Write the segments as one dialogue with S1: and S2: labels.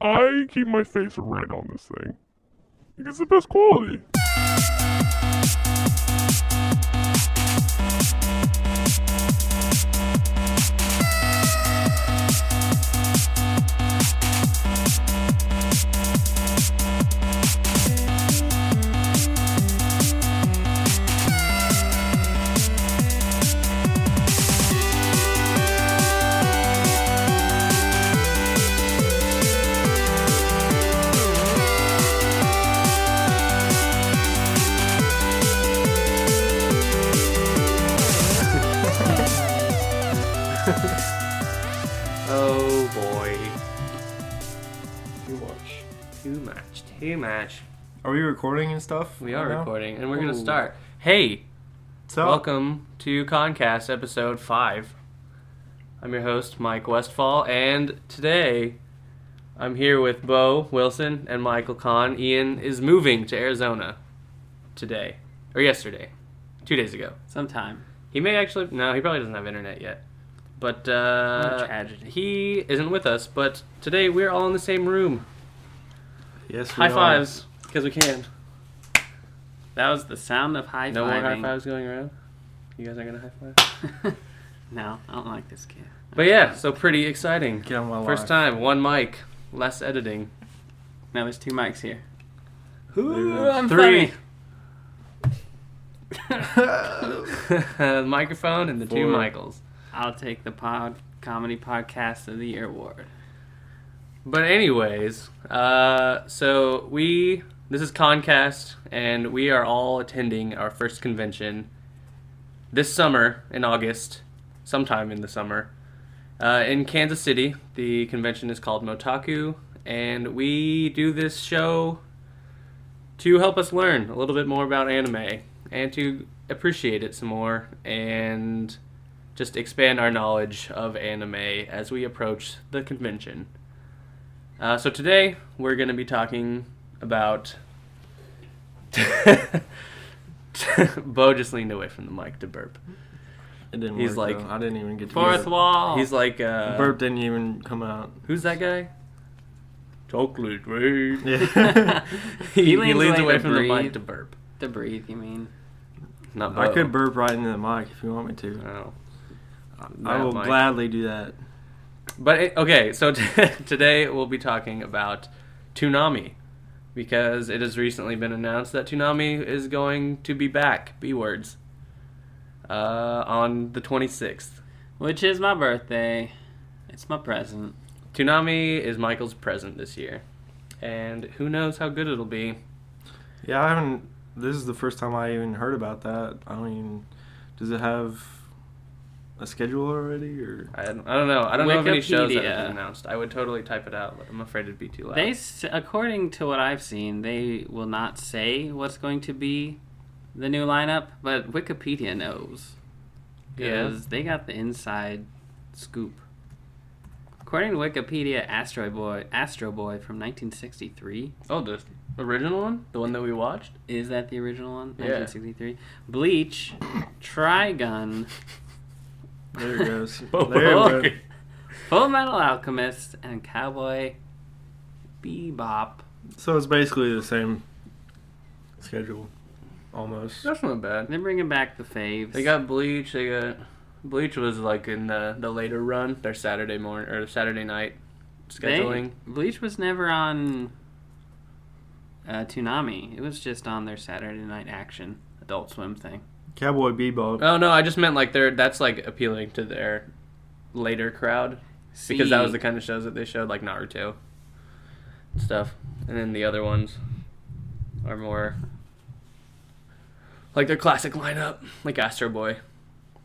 S1: I keep my face red on this thing. It's the best quality.
S2: Oh boy. Too much. Too much. Too much.
S3: Are we recording and stuff?
S2: We are
S3: right now?
S2: recording and we're going
S3: Ooh.
S2: to start. Hey,
S3: So,
S2: welcome to Concast episode 5. I'm your host, Mike Westfall, and today I'm here with Bo Wilson and Michael Kahn. Ian is moving to Arizona today, or yesterday, two days ago.
S4: Sometime.
S2: He may actually no, he probably doesn't have internet yet. But uh,
S4: What a tragedy.
S2: he isn't with us. But today we're all in the same room.
S3: yes, we
S2: High
S3: are.
S2: fives because we can.
S4: That was the sound of high
S2: No more high
S4: fiving.
S2: fives going around. You guys aren't gonna high five.
S4: no, I don't like this kid.
S2: But yeah, so pretty exciting.
S3: Get on my
S2: First
S3: life.
S2: time, one mic, less editing.
S4: No, there's two mics here.
S3: Ooh,
S4: I'm
S2: Three.
S3: funny.
S2: the microphone and the two
S3: Four.
S2: Michaels.
S4: I'll take the pod comedy podcast of the year award.
S2: But anyways, uh, so we this is Concast, and we are all attending our first convention this summer in August, sometime in the summer, uh, in Kansas City. The convention is called Motaku, and we do this show to help us learn a little bit more about anime and to appreciate it some more and just expand our knowledge of anime as we approach the convention. Uh, so today we're going to be talking about. Bo just leaned away from the mic to burp.
S3: It didn't
S2: He's
S3: work,
S2: like,
S3: though. I didn't even get to
S4: Fourth
S3: use it.
S4: wall.
S2: He's like, uh,
S3: Burp didn't even come out.
S2: who's that guy? Chocolate rain.
S3: Yeah.
S2: he, he leans,
S4: leans away
S2: away
S4: to
S2: from the mic
S4: breathe.
S2: to burp.
S4: to breathe. You mean?
S2: Not Bo.
S3: I could burp right into the mic if you want me to.
S2: Oh.
S3: I
S2: That
S3: will
S2: mic.
S3: gladly do that.
S2: But it, okay, so t- today we'll be talking about Toonami because it has recently been announced that Toonami is going to be back, B words, uh, on the 26th.
S4: Which is my birthday. It's my present.
S2: Toonami is Michael's present this year, and who knows how good it'll be.
S3: Yeah, I haven't. This is the first time I even heard about that. I don't even. Does it have a schedule already or?
S2: I don't, I don't know. I don't know of any shows that have
S4: Wikipedia.
S2: been announced. I would totally type it out, but I'm afraid it'd be too loud.
S4: They, s- according to what I've seen, they will not say what's going to be the new lineup, but Wikipedia knows.
S2: yeah.
S4: because they got the inside scoop. According to Wikipedia, Astro Boy, Astro Boy from 1963,
S2: Oh, the original one, the one that we watched.
S4: is that the original one?
S2: Yeah.
S4: 1963. Bleach, Trigun,
S3: There it goes. there
S2: Oh,
S3: it went.
S2: okay.
S4: Full Metal Alchemist, and Cowboy Bebop.
S3: So it's basically the same schedule, almost.
S2: That's not bad.
S4: They're bringing back the faves.
S2: They got Bleach. They got Bleach was like in the the later run. Their Saturday morning or Saturday night
S4: They-
S2: scheduling.
S4: Bleach was never on uh, Toonami. It was just on their Saturday Night Action Adult Swim thing.
S3: Cowboy Bebop.
S2: Oh no, I just meant like they're that's like appealing to their later crowd because that was the kind of shows that they showed like Naruto and stuff, and then the other ones are more like their classic lineup, like Astro Boy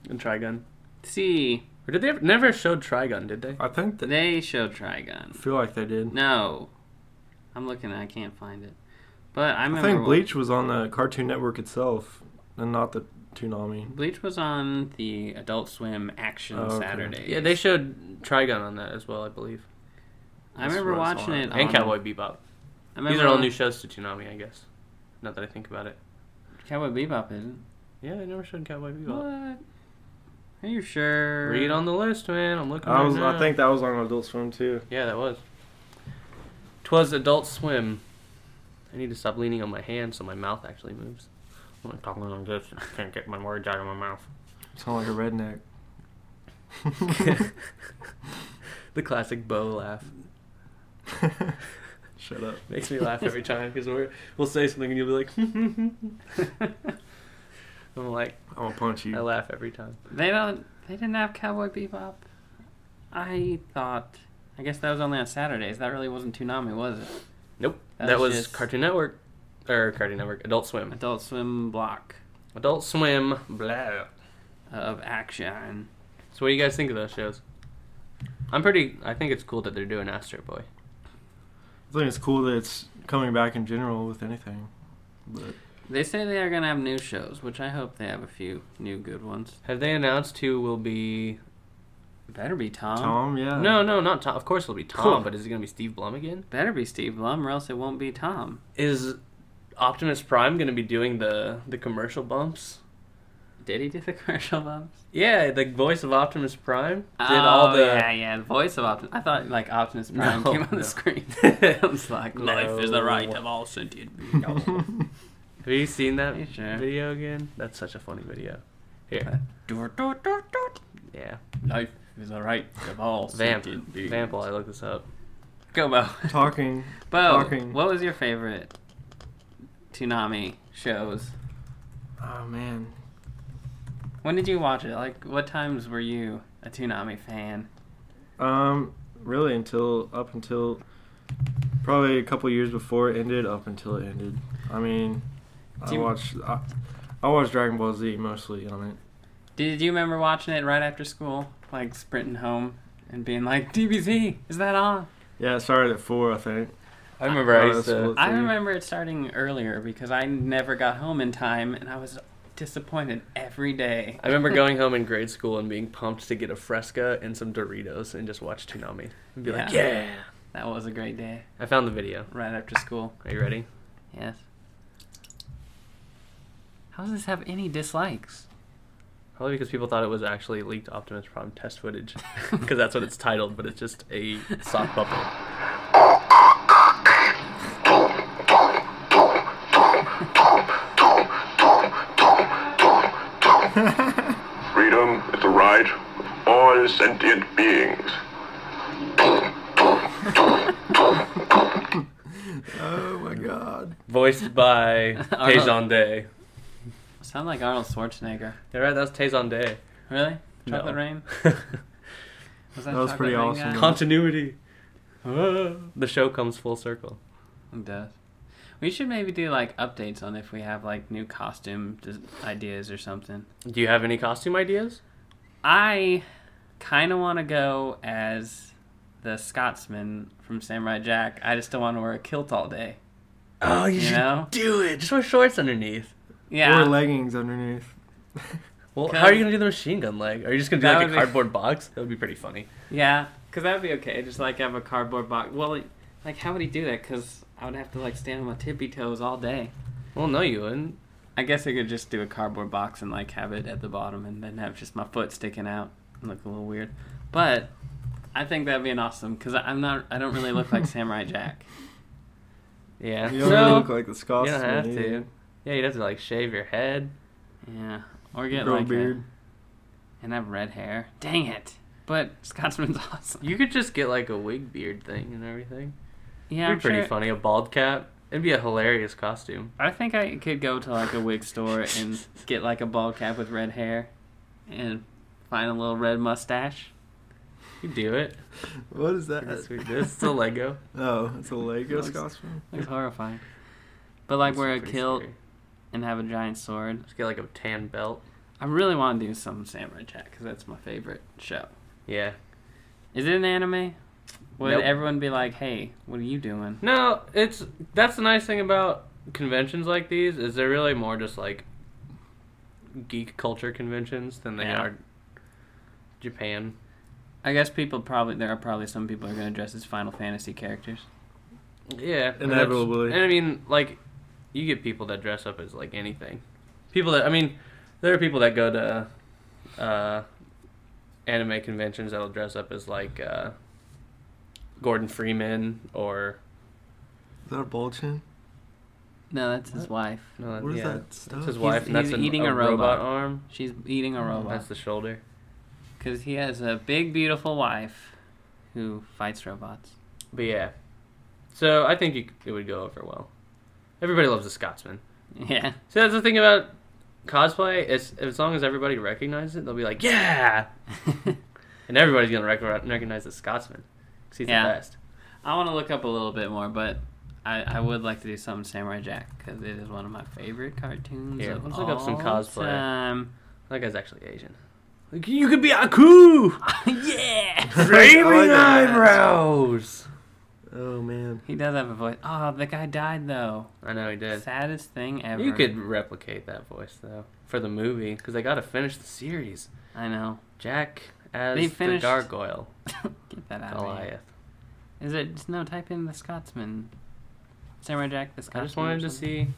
S2: and Trigun.
S4: See,
S2: Or did they ever, never showed Trigun? Did they?
S3: I think that
S4: they showed Trigun.
S3: I feel like they did.
S4: No. I'm looking I can't find it. But I
S3: I
S4: remember
S3: think
S4: wa-
S3: Bleach was on the Cartoon Network itself, and not the Toonami.
S4: Bleach was on the Adult Swim Action
S3: Oh, okay.
S4: Saturday.
S2: Yeah, they showed Trigun on that as well, I believe,
S4: I
S3: That's
S4: remember
S3: what I saw
S4: watching
S3: on
S4: it
S3: it.
S4: on,
S2: and Cowboy Bebop.
S4: I remember
S2: These are all new shows to Toonami, I guess. Not that I think about it.
S4: Cowboy Bebop isn't.
S2: Yeah, they never showed Cowboy Bebop.
S4: What? Are you sure?
S2: Read on the list, man. I'm looking.
S3: I
S2: right
S3: was.
S2: now.
S3: I think that was on Adult Swim too.
S2: Yeah, that was. Twas Adult Swim. I need to stop leaning on my hand so my mouth actually moves. When I'm talking like this, I can't get my words out of my mouth.
S3: Sound like a redneck.
S2: the classic Bo laugh
S3: Shut up.
S2: makes me laugh every time because we're we'll say something and you'll be like, I'm like,
S3: I'm gonna punch
S2: I
S3: you.
S2: laugh every time.
S4: They don't. They didn't have Cowboy Bebop. I thought. I guess that was only on Saturdays. That really wasn't Toonami, was it?
S2: Nope, that,
S4: That
S2: was
S4: was just-
S2: Cartoon Network or Cartoon Network Adult Swim.
S4: Adult Swim block
S2: Adult Swim. Blah.
S4: of action.
S2: So what do you guys think of those shows? I'm pretty. I think it's cool that they're doing Astro Boy.
S3: I think it's cool that it's coming back in general with anything. But
S4: They say they are gonna have new shows, which I hope they have a few new good ones.
S2: Have they announced who will be?
S4: Better be Tom.
S3: Tom, yeah.
S2: No, no, not Tom. Of course it'll be Tom,
S4: Cool.
S2: but is it gonna be Steve Blum again?
S4: Better be Steve Blum, or else it won't be Tom.
S2: Is Optimus Prime gonna be doing the the commercial bumps?
S4: Did he do the commercial bumps? Oh,
S2: Yeah, the voice of Optimus Prime did all the.
S4: yeah, yeah, the voice of Optimus. I thought like Optimus Prime
S2: No,
S4: came on
S2: no.
S4: the screen. I was like,
S2: No.
S4: life is the right of all sentient beings.
S2: Have you seen that
S4: Hey, sure.
S2: video again? That's such a funny video.
S4: Uh,
S2: Here,
S4: Doot, doot, doot, doot.
S2: yeah,
S4: Life is the right of all
S2: vamp,
S4: sentient beings.
S2: vamp. while I look this up.
S4: Go, Bo.
S3: Talking.
S4: Bo,
S3: Talking.
S4: what was your favorite Toonami shows?
S3: Oh man.
S4: When did you watch it? Like, what times were you a Toonami fan?
S3: Um, really until up until probably a couple years before it ended, up until it ended. I mean, I
S4: Do you-
S3: watched I, I watched Dragon Ball Z mostly on
S4: Did you remember watching it right after school? Like, sprinting home and being like, DBZ, is that on?
S3: it. Yeah, it started at four, I think.
S2: I remember I
S3: Oh,
S2: used
S3: that's
S2: to.
S3: cool.
S4: I
S3: So you-
S4: remember it starting earlier because I never got home in time and I was disappointed every day.
S2: I remember going home in grade school and being pumped to get a Fresca and some Doritos and just watch Toonami and be like,
S4: Yeah.
S2: yeah.
S4: That was a great day
S2: I found the video.
S4: right after school.
S2: Are you ready?
S4: Yes. How does this have any dislikes?
S2: Probably because people thought it was actually leaked Optimus Prime test footage, because that's what it's titled, but it's just a sock puppet.
S5: Freedom is the right of all sentient beings.
S3: Oh my god.
S2: Voiced
S4: Oh.
S2: by Tejon Day.
S4: Sound like Arnold Schwarzenegger.
S2: Yeah, right, that's Tejon Day.
S4: Really?
S2: No.
S4: Chocolate Rain?
S3: That was
S4: Chocolate
S3: pretty
S4: Rain
S3: awesome.
S4: guy?
S2: Continuity. the show comes full circle.
S4: It does. We should maybe do like updates on if we have like new costume des- ideas or something.
S2: Do you have any costume ideas?
S4: I kind of want to go as the Scotsman from Samurai Jack. I just don't want to wear a kilt all day.
S2: Oh,
S4: You should know?
S2: do it. Just wear shorts underneath.
S4: Yeah.
S3: Or leggings underneath.
S2: Well,
S4: Okay.
S2: how are you gonna do the machine gun leg? Are you just gonna do
S4: That
S2: like a
S4: would be-
S2: cardboard box? That would be pretty funny.
S4: yeah. Because that would be okay. Just like have a cardboard box. Well, like how would he do that? Because I would have to like stand on my tippy toes all day.
S2: Well, no, you wouldn't.
S4: I guess I could just do a cardboard box and like have it at the bottom and then have just my foot sticking out and look a little weird. But I think that'd be an awesome because I'm not I don't really look like Samurai Jack.
S2: Yeah.
S3: You
S2: no.
S3: don't really look like the
S2: you
S3: Scotsman.
S2: don't have
S3: either.
S2: to. Yeah, you'd have to like shave your head.
S4: Yeah, or get
S3: Grow a
S4: like a-
S3: beard.
S4: and have red hair. Dang it! But Scotsman's awesome.
S2: You could just get like a wig beard thing and everything.
S4: Yeah,
S2: It'd
S4: I'm
S2: be pretty
S4: sure-
S2: funny. A bald cap. It'd be a hilarious costume.
S4: I think I could go to like a wig store and get like a bald cap with red hair, and find a little red mustache.
S2: You do it.
S3: What is that?
S2: That's weird. This is a Lego.
S3: Oh, it's a Lego
S4: Looks-
S3: Scotsman.
S4: It's horrifying. But like
S2: That's
S4: wear a
S2: pretty
S4: kilt
S2: scary.
S4: and have a giant sword.
S2: Just get like a tan belt.
S4: I really want to do some Samurai Jack because that's my favorite show.
S2: Yeah.
S4: Is it an anime? Would
S2: Nope.
S4: everyone be like, "Hey, what are you doing?"
S2: No, it's that's the nice thing about conventions like these is they're really more just like geek culture conventions than they
S4: Yeah.
S2: are Japan.
S4: I guess people probably there are probably some people who are going to dress as Final Fantasy characters.
S2: Yeah, and that's-
S3: Inevitably.
S2: And I mean, like, you get people that dress up as like anything. People that I mean, there are people that go to uh, anime conventions that'll dress up as like uh, Gordon Freeman or
S3: Is that a ball chin?
S4: No, that's his wife.
S2: No, that-
S3: What is
S2: yeah,
S3: that
S2: That's
S3: stuff?
S2: his
S3: He's-
S2: wife, and that's
S4: he's
S2: an,
S4: eating
S2: a,
S4: a
S2: robot,
S4: robot.
S2: arm.
S4: She's eating a
S2: Oh, That's
S4: robot
S2: the shoulder.
S4: because he has a big, beautiful wife who fights robots.
S2: But yeah, so I think you, c- it would go over well. Everybody loves the Scotsman.
S4: Yeah,
S2: So that's the thing about cosplay. It's, as long as everybody recognizes it, they'll be like, yeah, and everybody's gonna rec- recognize the Scotsman because he's
S4: Yeah.
S2: the best.
S4: I want to look up a little bit more, but I, I would like to do something Samurai Jack because it is one of my favorite cartoons.
S2: Here,
S4: of
S2: let's look up some
S4: all
S2: cosplay.
S4: time.
S2: That guy's actually Asian. Like, you could be Aku.
S4: yeah,
S2: Framing
S3: I like that.
S2: eyebrows.
S3: Oh man.
S4: he does have a voice. Oh, the guy died though.
S2: I know he did.
S4: Saddest thing ever.
S2: You could replicate that voice though for the movie because they got to finish the series.
S4: I know.
S2: Jack as
S4: They
S2: the
S4: finished-
S2: gargoyle
S4: Get that out. of here.
S2: Goliath.
S4: Is it just no? Type in the Scotsman. Samurai Jack the
S2: I
S4: Scotsman.
S2: just wanted
S4: or
S2: to
S4: something.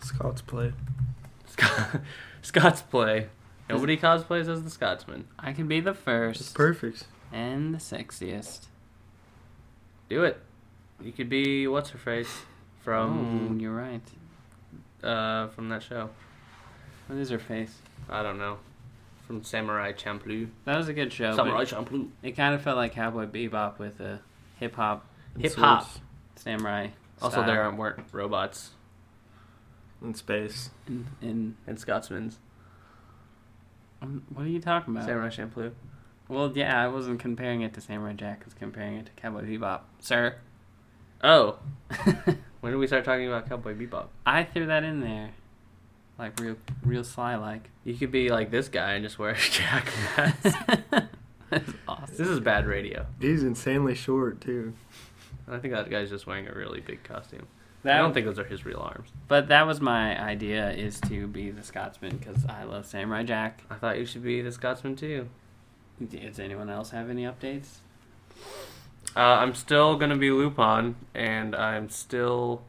S2: see
S3: Scots play.
S2: Scott, Scots play. Nobody cosplays as the Scotsman.
S4: I could be the
S3: It's
S4: first
S3: perfect.
S4: and the sexiest.
S2: Do it. You could be what's her face
S4: oh,
S2: from
S4: you're right. Oh.
S2: uh from that show.
S4: What is her face?
S2: I don't know. From Samurai Champloo.
S4: That was a good show. but
S2: Samurai Champloo.
S4: It kind of felt like Cowboy Bebop with a hip hop
S3: And
S2: Hip hop.
S3: swords
S4: samurai.
S2: Also, um,
S4: style
S2: there aren't- weren't robots
S3: In space.
S4: In, in,
S2: and Scotsmans.
S4: um, what are you talking about?
S2: Samurai Champloo.
S4: Well, yeah, I wasn't comparing it to Samurai Jack. I was comparing it to Cowboy Bebop, sir.
S2: Oh, when did we start talking about Cowboy Bebop?
S4: I threw that in there, like real, real sly like.
S2: You could be like this guy and just wear a jack mask.
S4: That's awesome.
S2: this is bad radio.
S3: He's insanely short too.
S2: I think that guy's just wearing a really big costume.
S4: That,
S2: I don't think those are his real arms.
S4: but that was my idea is to be the Scotsman because I love Samurai Jack.
S2: I thought you should be the Scotsman too.
S4: Does anyone else have any updates?
S2: Uh, I'm still gonna be Lupin, and I'm still.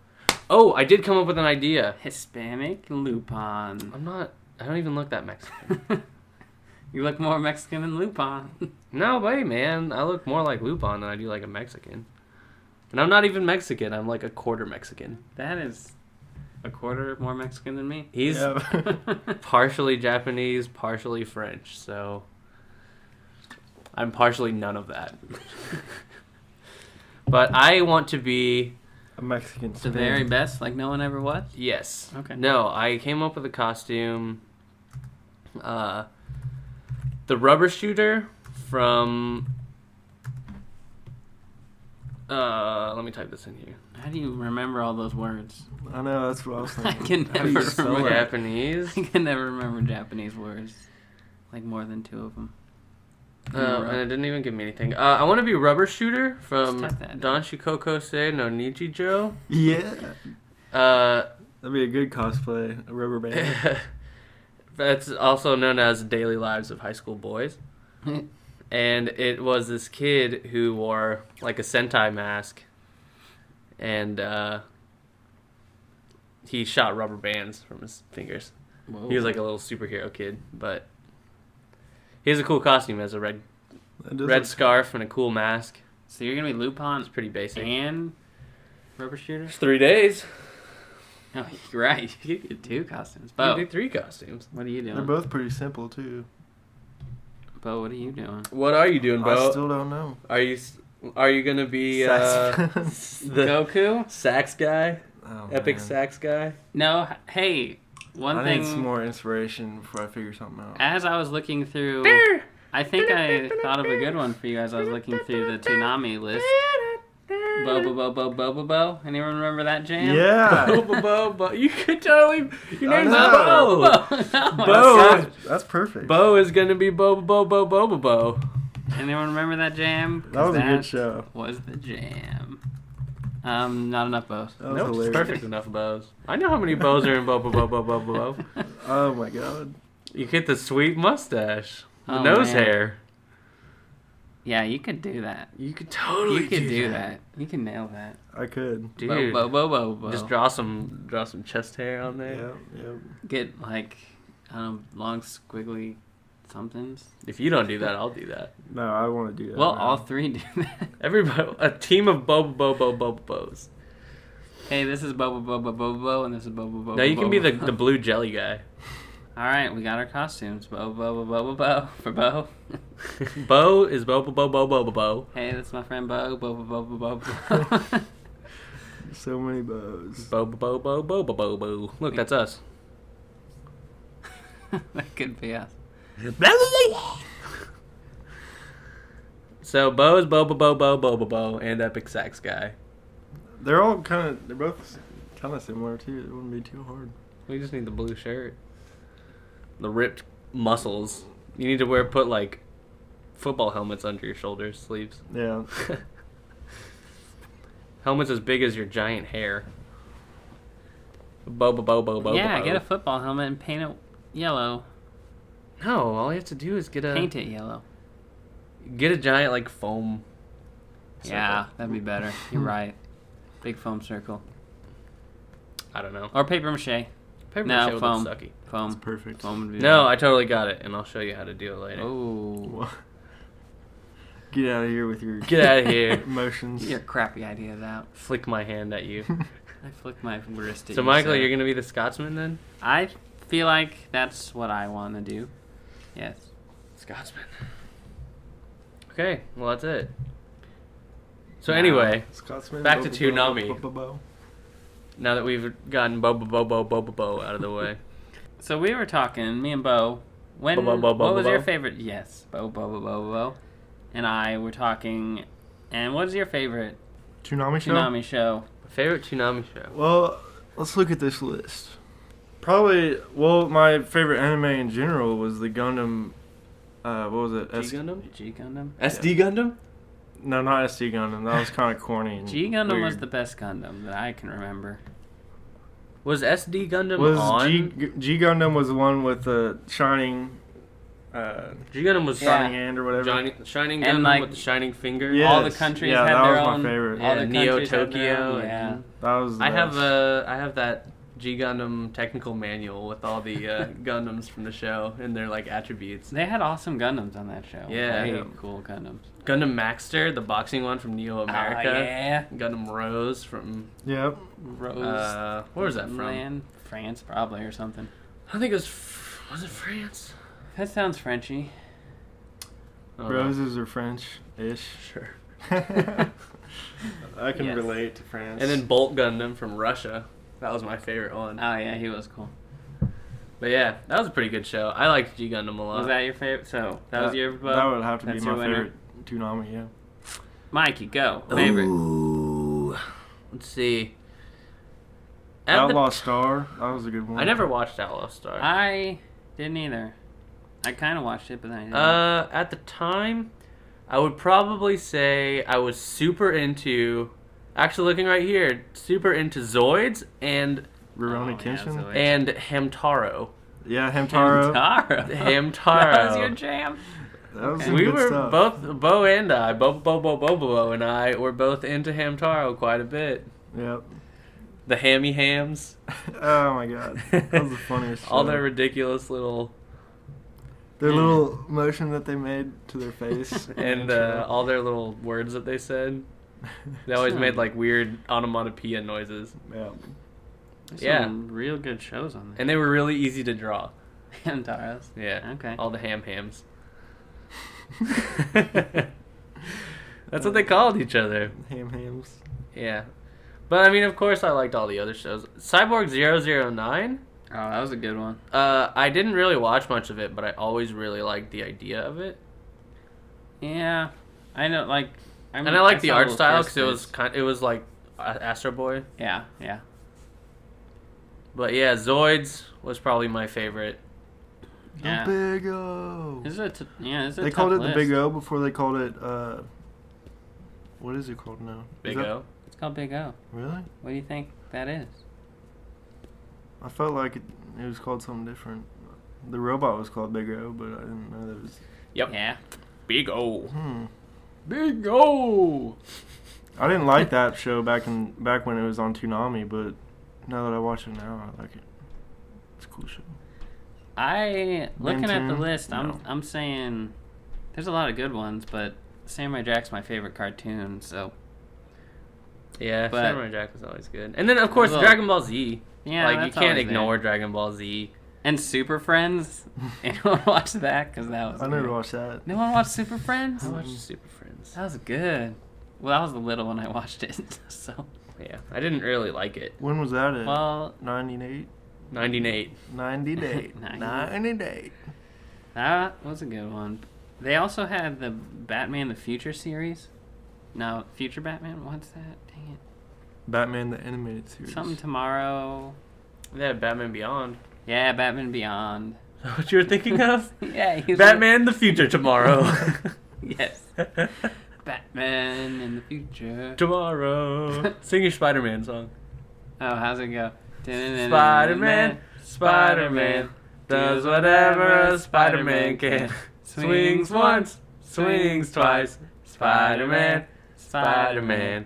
S2: Oh, I did come up with an idea.
S4: Hispanic Lupin.
S2: I'm not. I don't even look that Mexican.
S4: you look more Mexican than Lupin.
S2: No way, man. I look more like Lupin than I do like a Mexican. And I'm not even Mexican. I'm like a quarter Mexican.
S4: That is a quarter more Mexican than me.
S2: He's
S3: Yeah.
S2: partially Japanese, partially French. So I'm partially none of that. but I want to be
S3: a Mexican
S4: the
S3: spin.
S4: very best, like no one ever was.
S2: yes.
S4: Okay.
S2: No, I came up with a costume. Uh, the rubber shooter from. Uh, let me type this in here.
S4: How do you remember all those words?
S3: I know, that's what I was
S4: I
S3: thinking.
S4: can
S3: How do you
S4: never
S3: spell
S4: remember.
S3: it?
S2: Oh, Japanese.
S4: I can never remember Japanese words, like more than two of them.
S2: Uh, and it didn't even give me anything. Uh, I want to be Rubber Shooter from
S4: Just type that in.
S2: Don Shikoko Se no Nijijo.
S3: Yeah.
S2: Uh,
S3: That'd be a good cosplay. A rubber band.
S2: that's also known as Daily Lives of High School Boys. and it was this kid who wore like a Sentai mask. And uh, he shot rubber bands from his fingers.
S4: Whoa.
S2: He was like a little superhero kid, but he has a cool costume. He has a red
S3: That does
S2: red
S3: look-
S2: scarf and a cool mask.
S4: so you're gonna be Lupin
S2: It's pretty basic.
S4: and rubber shooter?
S2: It's three days.
S4: Oh, you're right. You could get two costumes.
S2: You
S4: Bo,
S2: do three costumes.
S4: what are you
S3: They're
S4: doing?
S3: both pretty simple too.
S4: Bo, what are you doing?
S2: What are you doing,
S3: I
S2: Bo?
S3: still don't know.
S2: Are you s- are you gonna be uh,
S3: Saxophone.
S2: the
S4: Goku?
S2: sax guy,
S3: Oh,
S2: epic
S3: man.
S2: sax guy?
S4: No. h- Hey, one
S3: I
S4: thing. Ah,
S3: need some more inspiration before I figure something out.
S4: As I was looking through, I think I thought of a good one for you as I was looking through the Toonami list. Bo bo bo bo bo bo bo. Anyone remember that jam?
S2: Bo,
S3: Yeah.
S2: bo, bo, bo. You could totally. Your
S3: I
S2: name's
S3: know.
S2: Bo.
S4: Bo.
S2: Bo.
S3: That's, that's perfect.
S2: Bo is gonna be Bo Bo Bo Bo Bo Bo.
S4: Anyone remember that jam? 'Cause
S3: That was a good show.
S4: Was the jam? Um, not enough bows.
S3: That was
S2: Nope, it's
S3: hilarious.
S2: perfect enough bows. I know how many bows are in Bo Bo Bo Bo Bo Bo. Bo.
S3: Oh my god.
S2: You get the sweet mustache, the
S4: Oh,
S2: nose
S4: man.
S2: hair.
S4: Yeah, you could do that.
S2: You could totally
S4: You could do that. You can nail that.
S3: I could.
S2: dude.
S4: Bo bo bo bo bo.
S2: Just draw some draw some chest hair on there.
S3: Yeah, yeah.
S4: Get like, um, long squiggly somethings.
S2: If you don't do that, I'll do that.
S3: No, I want to do that.
S4: Well,
S3: now.
S4: all three do that.
S2: Everybody, a team of Bobo Bobo Bobo Bobos.
S4: Hey, this is Bobo Bobo Bobo Bo, and this is Bobo Bobo.
S2: No, you can be the,
S4: Bobo.
S2: the blue jelly guy.
S4: All right, we got our costumes. Bo Bo Bo Bo Bo Bo for Bo.
S2: Bo is Bo Bo Bo Bo Bo Bo Bo.
S4: hey, that's my friend Bo. Bo Bo Bo Bo Bo. Bo.
S3: So many bows.
S2: Bo Bo Bo Bo Bo Bo Bo. Look, that's us.
S4: that could be us.
S2: So Bo is Bo Bo Bo Bo Bo Bo Bo and Epic Sax guy.
S3: They're all kind of. They're both kind of similar too. It wouldn't be too hard.
S2: We just need the blue shirt. The ripped muscles. You need to wear put like football helmets under your shoulders, sleeves.
S3: Yeah.
S2: helmets as big as your giant hair. Bo Bo Bo Bo Bo.
S4: yeah,
S2: Bo.
S4: get a football helmet and paint it yellow.
S2: No, all you have to do is get a
S4: Paint it yellow.
S2: get a giant like foam.
S4: Yeah,
S2: circle.
S4: that'd be better. You're right. Big foam circle
S2: I don't know.
S4: or paper mache.
S2: Paper
S4: no,
S2: mache would look
S4: foam.
S2: sucky.
S3: It's
S4: Foam.
S3: perfect.
S4: Foam would be
S2: No, I totally got it, and I'll show you how to do it later.
S4: Oh,
S3: Wha- Get out of here with your
S2: Get out of here.
S3: emotions.
S4: your crappy ideas out.
S2: Flick my hand at you.
S4: I flick my wrist at
S2: So,
S4: you,
S2: Michael,
S4: sir.
S2: you're going to be the Scotsman then?
S4: I feel like that's what I want to do. Yes.
S2: Scotsman. Okay, well, that's it. So,
S4: Wow.
S2: anyway,
S3: Scotsman.
S2: Back to
S3: bo- bo- bo-
S2: Toonami.
S3: bo- bo- bo.
S2: now that we've gotten Bobo Bobo Bobo Bo out of the way,
S4: So we were talking, me and Bo. When
S2: Bo, Bo, Bo, Bo,
S4: what was
S2: Bo,
S4: your
S2: Bo?
S4: favorite? Yes, Bo, Bo, Bo, Bo, Bo, and I were talking. And what is your favorite
S3: Toonami show.
S4: tsunami show?
S2: my favorite Toonami show.
S3: Well, let's look at this list. Probably, well, my favorite anime in general was the Gundam. Uh, what was it? S-
S2: Gundam?
S4: G Gundam.
S2: SD Gundam?
S3: no, not SD Gundam. That was kind of corny. and
S4: G Gundam was
S3: weird.
S4: the best Gundam that I can remember.
S2: Was SD Gundam
S3: was
S2: on?
S3: G,
S2: G-,
S3: G G Gundam was the one with the shining, uh,
S2: Gundam was
S4: Yeah.
S3: shining hand or whatever.
S2: Shining, shining Gundam
S4: And, like-
S2: with the shining finger.
S3: Yeah.
S4: All the
S3: Yes.
S4: countries
S3: Yeah,
S4: had
S3: that
S4: their
S3: was my
S4: own.
S3: favorite.
S4: All the
S2: And Neo
S4: countries had their
S2: Tokyo
S4: own, Yeah.
S2: and-
S3: That was. The
S2: I have
S3: best.
S2: uh, I have that G Gundam technical manual with all the uh, Gundams from the show and their like attributes.
S4: They had awesome Gundams on that show.
S2: Yeah.
S4: Way cool Gundams.
S2: Gundam Maxter, the boxing one from Neo America.
S4: Oh, yeah.
S2: Gundam Rose from
S3: Yep.
S4: Rose.
S2: uh, where was that from?
S4: Land, France, probably, or something.
S2: I think it was F- was it France?
S4: That sounds Frenchy.
S2: I don't know.
S3: Roses are French-ish.
S2: Sure.
S3: I can
S4: Yes.
S3: relate to France.
S2: And then Bolt Gundam from Russia. That was my favorite one.
S4: Oh yeah, he was cool.
S2: But yeah, that was a pretty good show. I liked G Gundam a lot.
S4: Was that your favorite? So that, was your vote.
S3: That would have to be
S4: That's
S3: my
S4: your winner?
S3: favorite Toonami. Yeah.
S4: Mikey, go favorite.
S2: Ooh. Let's see. At the-
S3: Outlaw Star. That was a good one.
S2: I never watched Outlaw Star.
S4: I didn't either. I kind of watched it, but then I didn't.
S2: Uh, at the time, I would probably say I was super into. Actually, looking right here, super into Zoids and
S3: Rurouni
S4: Oh, yeah,
S3: Kenshin.
S4: so-
S2: and Hamtaro.
S3: Yeah, Hamtaro.
S4: Hamtaro. That was your
S2: Hamtaro.
S4: jam.
S3: That was some
S2: we
S3: good
S2: were
S3: stuff.
S2: both Bo and I, Bo Bo Bo Bo Bo and I were both into Hamtaro quite a bit.
S3: Yep.
S2: The hammy hams,
S3: Oh my god, that was the funniest.
S2: all
S3: show.
S2: their ridiculous little
S3: their little motion that they made to their face
S2: and uh, all their little words that they said. They always made like weird onomatopoeia noises,
S3: yeah.
S4: There's
S2: Yeah.
S4: Some real good shows on there.
S2: and they were really easy to draw.
S4: Hamtaros.
S2: Yeah.
S4: Okay.
S2: All the ham hams. That's what they called each other.
S3: ham hams.
S2: Yeah. But I mean, of course, I liked all the other shows. Cyborg 009,
S4: Oh, that was a good one.
S2: uh, I didn't really watch much of it, but I always really liked the idea of it.
S4: Yeah, I know. Like, I
S2: And I liked the
S4: saw
S2: art
S4: little
S2: style
S4: first
S2: because it was
S4: bits.
S2: kind it was like uh, Astro Boy.
S4: Yeah, yeah.
S2: But yeah, Zoids was probably my favorite.
S4: Yeah.
S3: The big O.
S4: This is a t- yeah. This is a
S3: They
S4: tough
S3: called it the
S4: list.
S3: Big O before they called it. uh What is it called now? Is
S2: Big
S3: that-
S2: O.
S4: It's called Big O.
S3: Really?
S4: What do you think that is?
S3: I felt like it, it was called something different. The robot was called Big O, but I didn't know that was.
S2: Yep.
S4: Yeah.
S2: Big O.
S3: Hmm.
S2: Big O.
S3: I didn't like that show back in back when it was on Toonami, but now that I watch it now, I like it. It's a cool show.
S4: I looking at the
S3: Benton?
S4: list, I'm
S3: No.
S4: I'm saying there's a lot of good ones, but Samurai Jack's my favorite cartoon, so
S2: Yeah,
S4: But-
S2: Samurai Jack was always good. And then of course
S4: Well,
S2: Dragon Ball Z.
S4: yeah,
S2: like you
S4: that's
S2: can't
S4: always there.
S2: ignore Dragon Ball Z.
S4: And Super Friends. Anyone watch that? Because that was.
S3: I never
S4: good.
S3: watched that.
S4: No one watched Super Friends.
S2: I watched Super Friends.
S4: That was good. Well, I was little when I watched it, so.
S2: Yeah, I didn't really like it.
S3: When was that? In?
S4: Well,
S3: 98?
S2: 98.
S3: 90 date.
S4: Nice.
S3: 90 date.
S4: that was a good one. They also had the Batman the Future series. No, Future Batman. What's that? Dang
S3: Batman the animated
S4: it!
S3: series.
S4: Something tomorrow.
S2: They had Batman Beyond.
S4: Yeah, Batman Beyond.
S2: Is that what you were thinking of?
S4: Yeah, he's
S2: Batman the Future tomorrow.
S4: yes, Batman in the future.
S2: tomorrow. Sing your Spider Man song.
S4: Oh, how's it go?
S2: Spider-Man, Spider-Man does whatever a Spider-Man can. Swings once, swings twice. Spider-Man, Spider-Man.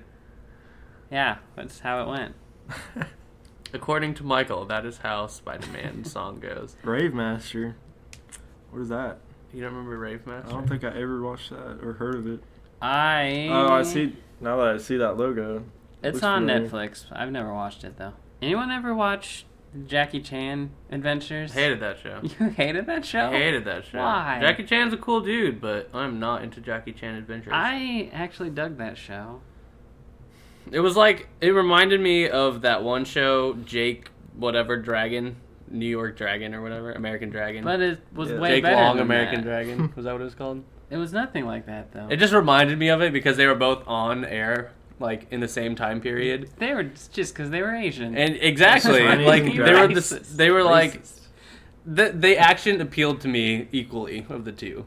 S4: Yeah, that's how it went.
S2: According to Michael, that is how Spider-Man song goes.
S3: Brave Master. What is that?
S2: You don't remember Rave Master?
S3: I don't think I ever watched that or heard of it.
S4: I.
S3: Oh, I see. Now that I see that logo,
S4: It's
S3: Looks
S4: on
S3: familiar.
S4: Netflix. I've never watched it though. Anyone ever watch Jackie Chan Adventures?
S2: Hated that show.
S4: You hated that show.
S2: Hated that show.
S4: Why?
S2: Jackie Chan's a cool dude, but I'm not into Jackie Chan adventures.
S4: I actually dug that show.
S2: It was like it reminded me of that one show, Jake whatever Dragon, New York Dragon or whatever, American Dragon.
S4: But it was
S3: Yeah.
S4: way
S2: Jake
S4: better.
S2: Long
S4: than
S2: American
S4: that.
S2: Dragon. Was that what it was called?
S4: It was nothing like that though.
S2: It just reminded me of it because they were both on air like in the same time period.
S4: they were just because they were Asian.
S2: And exactly,
S3: Funny.
S2: like they were the, s-
S4: Racist.
S2: they were like
S4: Racist.
S2: the, they action appealed to me equally of the two.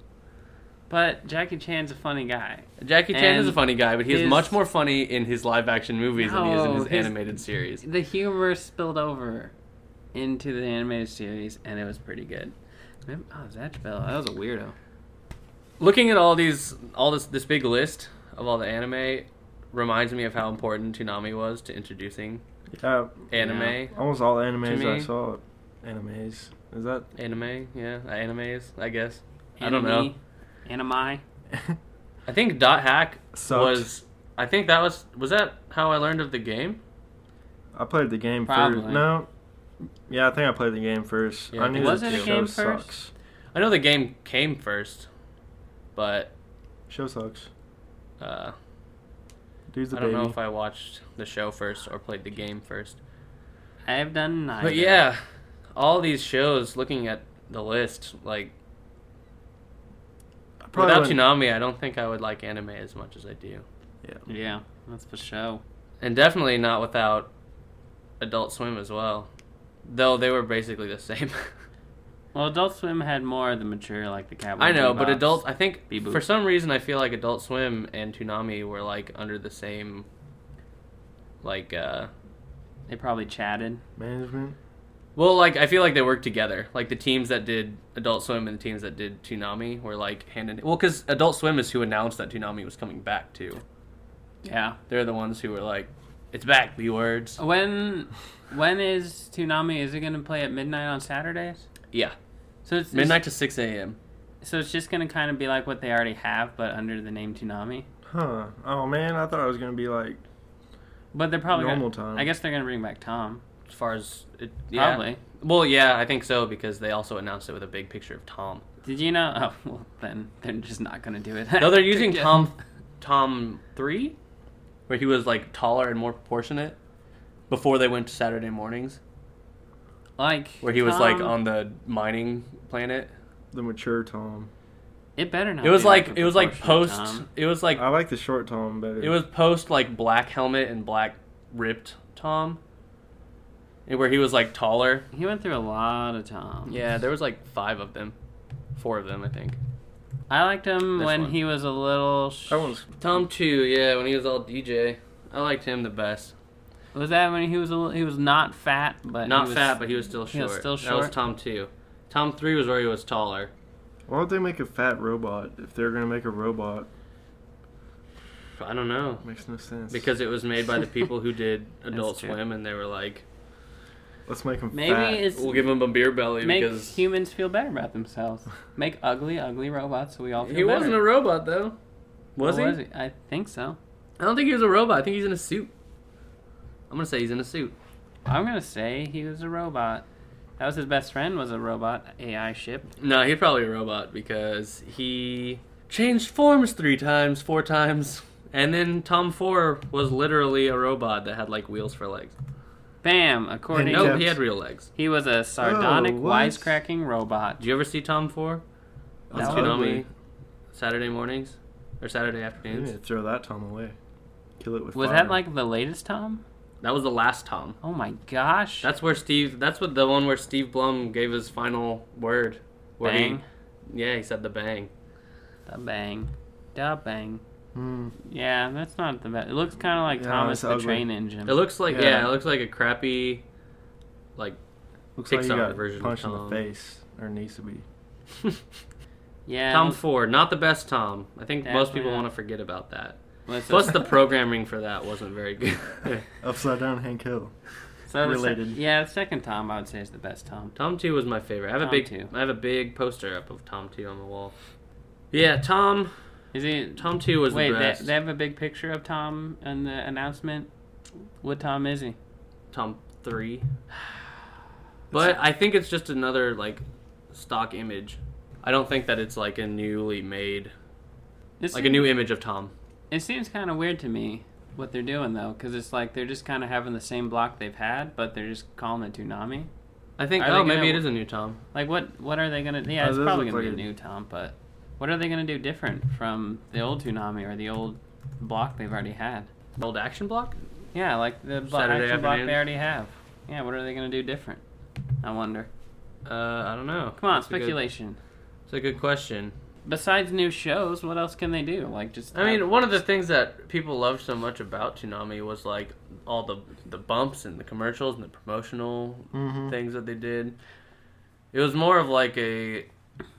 S4: But Jackie Chan's a funny guy.
S2: Jackie Chan
S4: And
S2: is a funny guy, but he is
S4: his-
S2: much more funny in his live action movies than he is in
S4: No,
S2: his,
S4: his-
S2: animated series.
S4: The humor spilled over into the animated series, and it was pretty good. Remem- Oh, Zatch Bell, that was a weirdo.
S2: Looking at all these, all this, this big list of all the anime reminds me of how important Toonami was to introducing
S3: yeah,
S2: anime,
S3: almost all animes
S2: To
S3: I
S2: me-
S3: saw. Animes. Is that
S2: anime, yeah, animes, I guess. I don't know.
S4: Anime. Anime.
S2: I think Dot Hack
S3: Sucked.
S2: was. I think that was was that how I learned of the game.
S3: I played the game first.
S4: Probably.
S3: No. Yeah, I think I played the game first.
S2: Yeah, I
S3: I
S2: think
S3: knew
S4: Was
S3: that
S4: it a
S3: show
S4: game
S3: sucks.
S4: first?
S2: I know the game came first, but
S3: Show sucks.
S2: uh,
S3: Dude's the
S2: I don't
S3: baby.
S2: know if I watched the show first or played the game first.
S4: I have done nine.
S2: But yeah, all these shows. Looking at the list, like
S3: I probably
S2: without
S3: wouldn't-
S2: Toonami, I don't think I would like anime as much as I do,
S4: Yeah, that's for show.
S2: and definitely not without Adult Swim as well. Though they were basically the same.
S4: Well, Adult Swim had more of the mature, like the Cowboy
S2: I know, but
S4: Bebops.
S2: Adult. I think
S4: Bebop.
S2: for some reason I feel like Adult Swim and Toonami were like under the same, like uh,
S4: They probably chatted.
S3: management.
S2: well, like I feel like they worked together. Like the teams that did Adult Swim and the teams that did Toonami were like hand in. Well, because Adult Swim is who announced that Toonami was coming back too.
S4: Yeah.
S2: They're the ones who were like, "It's back, B words."
S4: Oh. When, when is Toonami? Is it going to play at midnight on Saturdays?
S2: Yeah,
S4: So it's
S2: midnight to six a.m.
S4: It's, so it's just going to kind of be like what they already have, but under the name Toonami.
S3: Huh. Oh man, I thought I was gonna be like
S4: But they're probably
S3: normal
S4: gonna,
S3: time.
S4: I guess they're going to bring back Tom.
S2: As far as it, yeah.
S4: Probably.
S2: Well, yeah, I think so because they also announced it with a big picture of Tom.
S4: Did you know? Oh, well, then they're just not going to do it.
S2: No, they're using Tom Tom three, where he was like taller and more proportionate. Before they went to Saturday mornings,
S4: Like
S2: where he was like
S4: Tom-
S2: on the mining planet,
S3: the mature Tom.
S4: It better not.
S2: it was
S4: be
S2: like
S4: a
S2: it was like
S4: proportionate
S2: post.
S4: Tom.
S2: It was like
S3: I like the short Tom better.
S2: it was post like black helmet and black ripped Tom, and where he was like taller.
S4: He went through a lot of Tom.
S2: Yeah, there was like five of them, four of them, I think.
S4: I liked him
S2: This
S4: when
S2: one.
S4: he was a little. Sh-
S3: that one's
S2: Tom two, yeah, when he was all DJ, I liked him the best.
S4: was that when he was a little, he was not fat, but
S2: Not
S4: he was,
S2: fat, but he was still short.
S4: he was still
S2: That was
S4: short.
S2: Tom two. Tom three was where he was taller.
S3: Why would they make a fat robot if they're gonna make a robot?
S2: I don't know
S3: Makes no sense.
S2: because it was made by the people who did Adult
S4: That's true.
S2: Swim, and they were like,
S3: let's make him
S4: maybe
S3: fat.
S4: it's
S2: "We'll give him a beer belly
S4: make
S2: because he
S4: humans feel better about themselves. Make ugly, ugly robots so we all feel better.
S2: wasn't a robot though, was
S4: Or
S2: he?
S4: I think so.
S2: I don't think he was a robot. I think he's in a suit. I'm gonna say he's in a suit.
S4: I'm gonna say he was a robot. That was his best friend was a robot AI ship.
S2: No, he's probably a robot because he changed forms three times, four times, and then Tom Four was literally a robot that had like wheels for legs.
S4: Bam! According
S2: No,
S4: to
S2: he had real legs.
S4: he was a sardonic,
S3: Oh, what?
S4: wisecracking robot.
S2: Did you ever see Tom Four on
S3: That's
S2: Tsunami
S3: ugly.
S2: Saturday mornings or Saturday
S3: You
S2: afternoons?
S3: need to throw that Tom away. Kill it with
S4: Was
S3: fire.
S4: that like the latest Tom?
S2: That was the last Tom.
S4: Oh my gosh!
S2: That's where Steve. That's what the one where Steve Blum gave his final word. Where he-
S4: bang,
S2: yeah, he said the bang.
S4: the bang, the bang.
S3: Mm.
S4: Yeah, that's not the best. It looks kind of like
S3: Yeah,
S4: Thomas
S3: it's
S4: the
S3: ugly.
S4: Train Engine.
S2: It looks like yeah.
S3: Yeah.
S2: it looks like a crappy.
S3: Looks
S2: Pixar
S3: like you got
S2: version of
S3: punched in
S2: Tom.
S3: the face, or needs to be.
S4: yeah,
S2: Tom
S4: let's-
S2: Ford, not the best Tom. I think most
S4: Definitely
S2: people
S4: not.
S2: want to forget about that.
S4: let's-
S2: Plus, the programming for that wasn't very good.
S3: Upside down Hank Hill.
S4: so the sec-
S3: related.
S4: yeah, the second Tom I would say is the best Tom.
S2: Tom Two was my favorite. I have a
S4: Tom
S2: big,
S4: Two.
S2: I have a big poster up of Tom Two on the wall. Yeah, Tom,
S4: Is he?
S2: Tom Two was
S4: Wait,
S2: the
S4: they,
S2: best.
S4: they have a big picture of Tom in the announcement. What Tom is he?
S2: Tom Three. But I think it's just another like stock image. I don't think that it's like a newly made,
S4: This
S2: like a new image of Tom.
S4: It seems kind of weird to me what they're doing though, because it's like they're just kind of having the same block they've had, but they're just calling it Toonami.
S2: I think.
S4: Are they
S2: oh, maybe
S4: gonna-
S2: it is a new Tom.
S4: Like, what what are they gonna? Yeah,
S3: Oh,
S4: it's
S3: those
S4: probably
S3: look
S4: gonna be
S3: like
S4: a
S3: a-
S4: new Tom, but what are they gonna do different from the old Toonami or the old block they've already had?
S2: Old action block.
S4: Yeah, like the blo-
S2: Saturday
S4: action block
S2: afternoon.
S4: they already have. Yeah, what are they gonna do different? I wonder.
S2: Uh, I don't know.
S4: Come on,
S2: It's a good-
S4: speculation.
S2: It's a good question.
S4: Besides new shows, what else can they do? Like just
S2: I mean, one of the things that people loved so much about Toonami was like all the the bumps and the commercials and the promotional
S4: Mm-hmm.
S3: Mhm.
S2: things that they did. It was more of like a,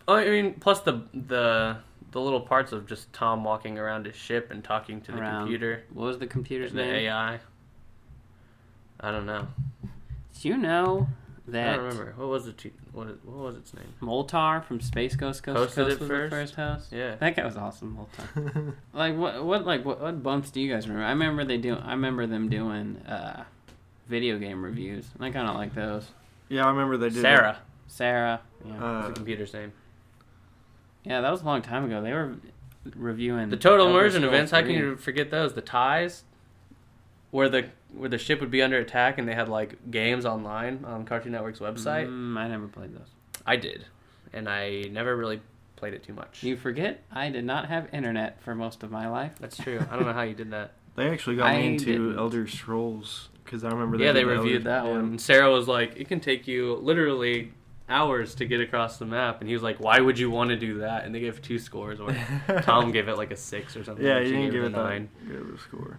S2: I mean, plus the the the little parts of just Tom walking around his ship and talking to the
S4: Around.
S2: computer,
S4: what was the computer's
S2: and the
S4: name?
S2: AI. I don't know.
S4: Do you know that
S2: I don't remember what was the t- what what was its name?
S4: Moltar from Space Ghost Ghost
S2: Hosted
S4: Ghost
S2: it
S4: was
S2: first?
S4: the first host.
S2: Yeah.
S4: That guy was awesome Moltar. like what what like what, what bumps do you guys remember? I remember they do I remember them doing uh video game reviews. And I kinda like those.
S3: yeah, I remember they did.
S2: Sarah.
S4: Sarah. Yeah.
S2: That's
S3: Uh,
S2: the computer's name.
S4: yeah, that was a long time ago. They were reviewing
S2: The total
S4: Elder
S2: immersion
S4: Scrolls
S2: events. How can
S4: III.
S2: you forget those? The ties, where the where the ship would be under attack, and they had like games online on Cartoon Network's website.
S3: Mm-hmm.
S4: Mm, I never played those.
S2: I did, and I never really played it too much.
S4: You forget I did not have internet for most of my life.
S2: That's true. I don't know how you did that.
S3: They actually got
S4: I
S3: me into
S4: didn't.
S3: Elder Scrolls because I remember.
S2: yeah,
S3: did
S2: they
S3: the Elder-
S2: reviewed that
S3: yeah.
S2: one. And Sarah was like, "It can take you literally hours to get across the map," and he was like, "Why would you want to do that?" And they gave two scores, or Tom gave it like a six or something.
S3: Yeah,
S2: and
S3: you
S2: she
S3: didn't
S2: gave
S3: give
S2: a
S3: it that good of a score.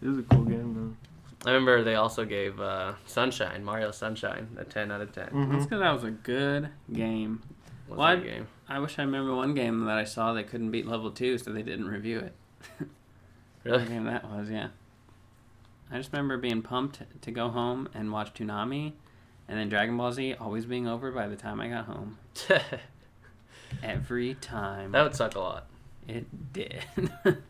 S3: It was a cool game
S2: I remember they also gave uh, Sunshine, Mario Sunshine, a ten out of 10
S3: though. hmm
S4: That's because that was a good game.
S2: Was
S4: Why-
S2: that game?
S4: I wish I remember one game that I saw that couldn't beat level two, so they didn't review it.
S2: Really?
S4: What game that was, yeah. I just remember being pumped to go home and watch Toonami, and then Dragon Ball Z always being over by the time I got home.
S2: that
S4: Every time.
S2: would suck a lot.
S4: It did.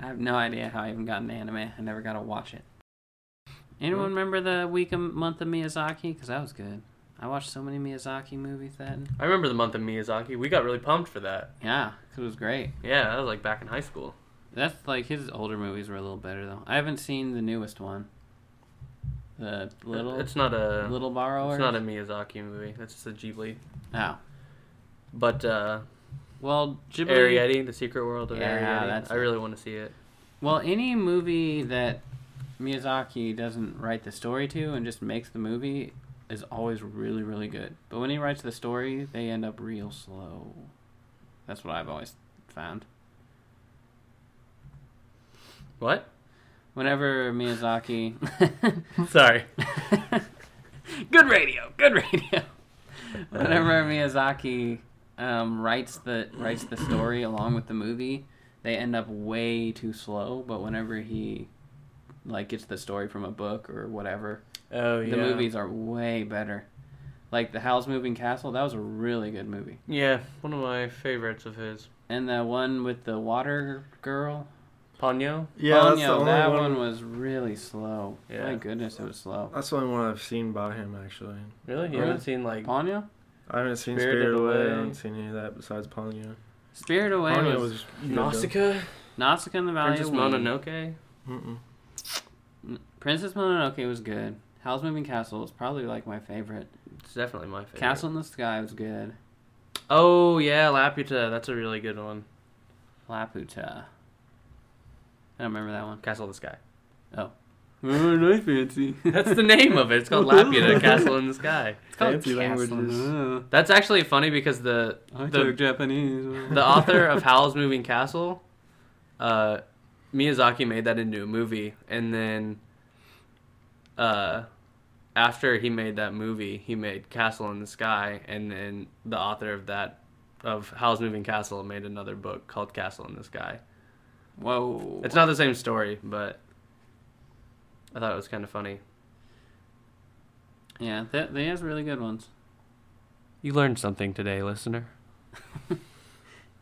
S4: I have no idea how I even got an anime. I never got to watch it. Anyone remember the week and month of Miyazaki? Because that was good. I watched so many Miyazaki movies then.
S2: I remember the month of Miyazaki. We got really pumped for that.
S4: Yeah, 'cause it was great.
S2: Yeah, that was like back in high school.
S4: That's like his older movies were a little better though. I haven't seen the newest one. The little
S2: Uh, It's not a.
S4: little borrower.
S2: It's not a Miyazaki movie. That's just a Ghibli.
S4: oh.
S2: But uh,
S4: Well, Ghibli.
S2: Arrietty, The Secret World of
S4: Yeah,
S2: Arrietty.
S4: that's
S2: I
S4: it.
S2: really want to see it.
S4: Well, any movie that Miyazaki doesn't write the story to and just makes the movie is always really really good. But when he writes the story, they end up real slow. That's what I've always found.
S2: What?
S4: Whenever Miyazaki
S2: Sorry.
S4: good radio, good radio. Whenever Miyazaki um, writes the writes the story along with the movie, they end up way too slow. But whenever he like gets the story from a book or whatever,
S2: Oh yeah.
S4: the movies are way better. Like the Howl's Moving Castle, that was a really good movie.
S2: Yeah, one of my favorites of his.
S4: And the one with the water girl,
S2: Ponyo?
S3: Yeah, that's the
S4: Ponyo,
S3: only
S4: Oh, that
S3: one.
S4: one was really slow.
S2: Yeah.
S4: My goodness, it was slow.
S3: That's the only one I've seen by him actually.
S2: Really? You
S4: Really?
S2: haven't seen like
S4: Ponyo?
S3: I haven't seen
S2: Spirited
S3: Spirited Away.
S2: Away.
S3: I haven't seen any of that besides Ponyo.
S4: Spirit Away
S3: Ponyo
S4: was,
S3: was good, though.
S2: Nausicaa?
S4: Nausicaa in the Valley
S2: Princess
S4: of Wind.
S2: Mononoke?
S3: Mm-mm.
S4: N- Princess Mononoke was good. Howl's Moving Castle is probably like my favorite.
S2: It's definitely my favorite.
S4: Castle in the Sky was good.
S2: Oh yeah, Laputa. That's a really good one.
S4: Laputa. I don't remember that one.
S2: Castle in the Sky.
S4: Oh, I fancy.
S2: That's the name of it. It's called Laputa, Castle in the Sky.
S4: It's called
S3: Fancy
S4: Castle.
S3: languages.
S4: Uh,
S2: That's actually funny because the
S4: I
S2: The-
S4: took Japanese.
S2: the author of Howl's Moving Castle, uh, Miyazaki made that into a movie, and then uh, after he made that movie, he made Castle in the Sky, and then the author of that of Howl's Moving Castle made another book called Castle in the Sky.
S4: Whoa.
S2: It's not the same story, but I thought it was kind of funny.
S4: Yeah, that they has really good ones.
S2: You learned something today, listener.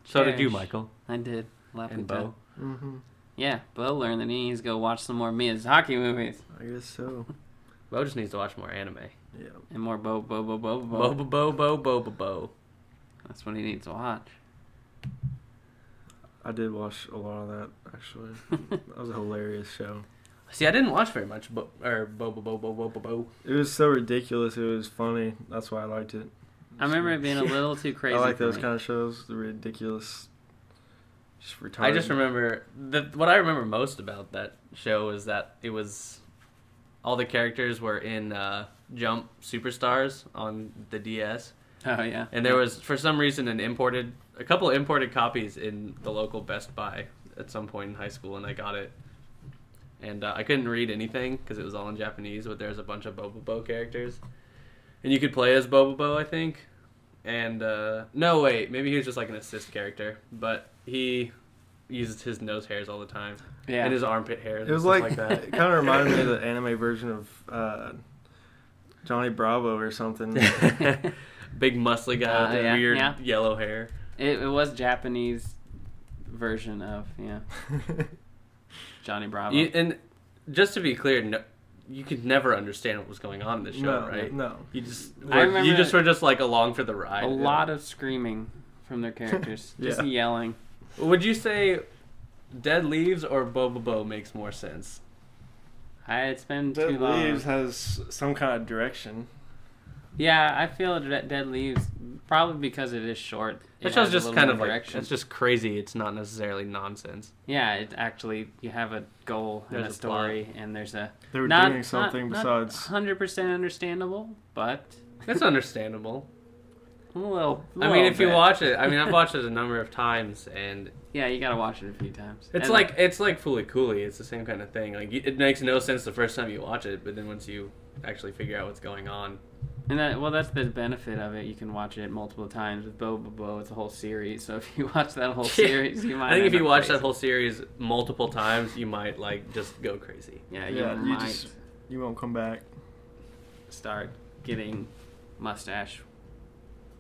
S2: so did you,
S4: Cherish.
S2: Michael
S4: I did. Laputa.
S2: and Bo.
S3: Mm-hmm.
S4: Yeah, Bo learned that he needs to go watch some more Miyazaki movies
S3: I guess so.
S2: Bo just needs to watch more anime.
S3: Yeah.
S4: and more Bo Bo Bo Bo
S2: Bo
S4: Bo.
S2: bo bo bo bo bo bo.
S4: That's what he needs to watch.
S3: I did watch a lot of that actually. that was a hilarious show.
S2: See, I didn't watch very much, but or bo bo bo bo bo bo bo.
S3: It was so ridiculous. It was funny. That's why I liked it.
S4: I remember it being a little too crazy.
S3: I like
S4: for
S3: those
S4: me.
S3: kind of shows. The ridiculous. Just retarded.
S2: I just remember the what I remember most about that show is that it was all the characters were in uh, Jump Superstars on the DS,
S4: Oh yeah.
S2: and there was for some reason an imported a couple imported copies in the local Best Buy at some point in high school, and I got it. And uh, I couldn't read anything because it was all in Japanese, but there was a bunch of Bobo Bo characters, and you could play as Bobo Bo, I think. And uh, no, wait, maybe he was just like an assist character, but he uses his nose hairs all the time
S4: yeah.
S2: and his armpit hairs.
S3: It was like,
S2: like, like that.
S3: It kind of reminded me of the anime version of uh, Johnny Bravo or something.
S2: Big muscly guy
S4: Uh,
S2: with the
S4: yeah,
S2: weird
S4: yeah.
S2: yellow hair.
S4: It, it was Japanese version of yeah Johnny Bravo.
S2: You, and just to be clear, no, you could never understand what was going on in the show,
S3: no,
S2: right?
S3: no.
S2: You just
S4: I
S2: were, you
S4: remember-
S2: just were just like along for the ride.
S4: a lot of screaming from their characters, just
S3: Yeah.
S4: yelling.
S2: Would you say Dead Leaves or Boba Bo makes more sense?
S4: I, it's been too
S3: Dead
S4: long.
S3: Leaves has some kind of direction.
S4: Yeah, I feel that Dead Leaves probably because it is short.
S2: That
S4: it
S2: show's
S4: has a
S2: just
S4: little
S2: kind
S4: more
S2: of like
S4: direction.
S2: it's just crazy. It's not necessarily nonsense.
S4: yeah. It actually you have a goal
S2: There's
S4: and a
S2: a plot.
S4: story, and there's a
S3: They were doing something besides.
S4: hundred percent understandable, but
S2: That's understandable.
S4: a little.
S2: I mean,
S4: little
S2: if you
S4: bit.
S2: watch it, I mean, I've watched it a number of times, and
S4: yeah, you gotta watch it a few times.
S2: It's
S4: And,
S2: like it's like Fooly Cooley. It's the same kind of thing. Like you- it makes no sense the first time you watch it, but then once you actually figure out what's going on,
S4: And that, well, that's the benefit of it. You can watch it multiple times. With Bo Bo Bo, it's a whole series. So if you watch that whole series, you might.
S2: I think if
S4: end
S2: you
S4: up
S2: watch
S4: crazy.
S2: that whole series multiple times, you might like just go crazy.
S4: yeah, you
S3: Yeah, you
S4: might
S3: just you won't come back.
S4: start getting mustache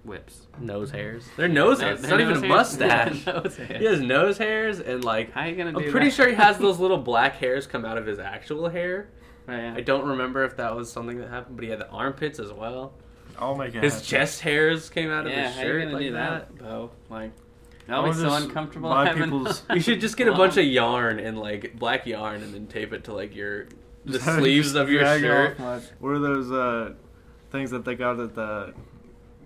S4: whips.
S2: Nose hairs. They're nose hairs.
S4: No-
S2: it's not even a
S4: nose hairs?
S2: mustache.
S4: Yeah, nose hairs.
S2: He has nose hairs and like
S4: How you gonna do
S2: I'm pretty
S4: that?
S2: sure he has those little black hairs come out of his actual hair.
S4: Oh, yeah.
S2: I don't remember if that was something that happened, but he had the armpits as well.
S3: I'll make it.
S2: His
S3: happen.
S2: chest hairs came out of
S4: yeah,
S2: his
S4: how you
S2: shirt
S4: gonna
S2: like
S4: do
S2: that.
S4: that, Bo? Like,
S3: I'll
S4: that'll be so
S3: just
S4: uncomfortable.
S3: buy
S4: having-
S3: people's-
S2: You should just get a
S4: Wow.
S2: bunch of yarn and like black yarn and then tape it to like your the
S3: Just have it
S2: sleeves
S3: just
S2: of your
S3: drag
S2: shirt.
S3: off my- what are those uh, things that they got at the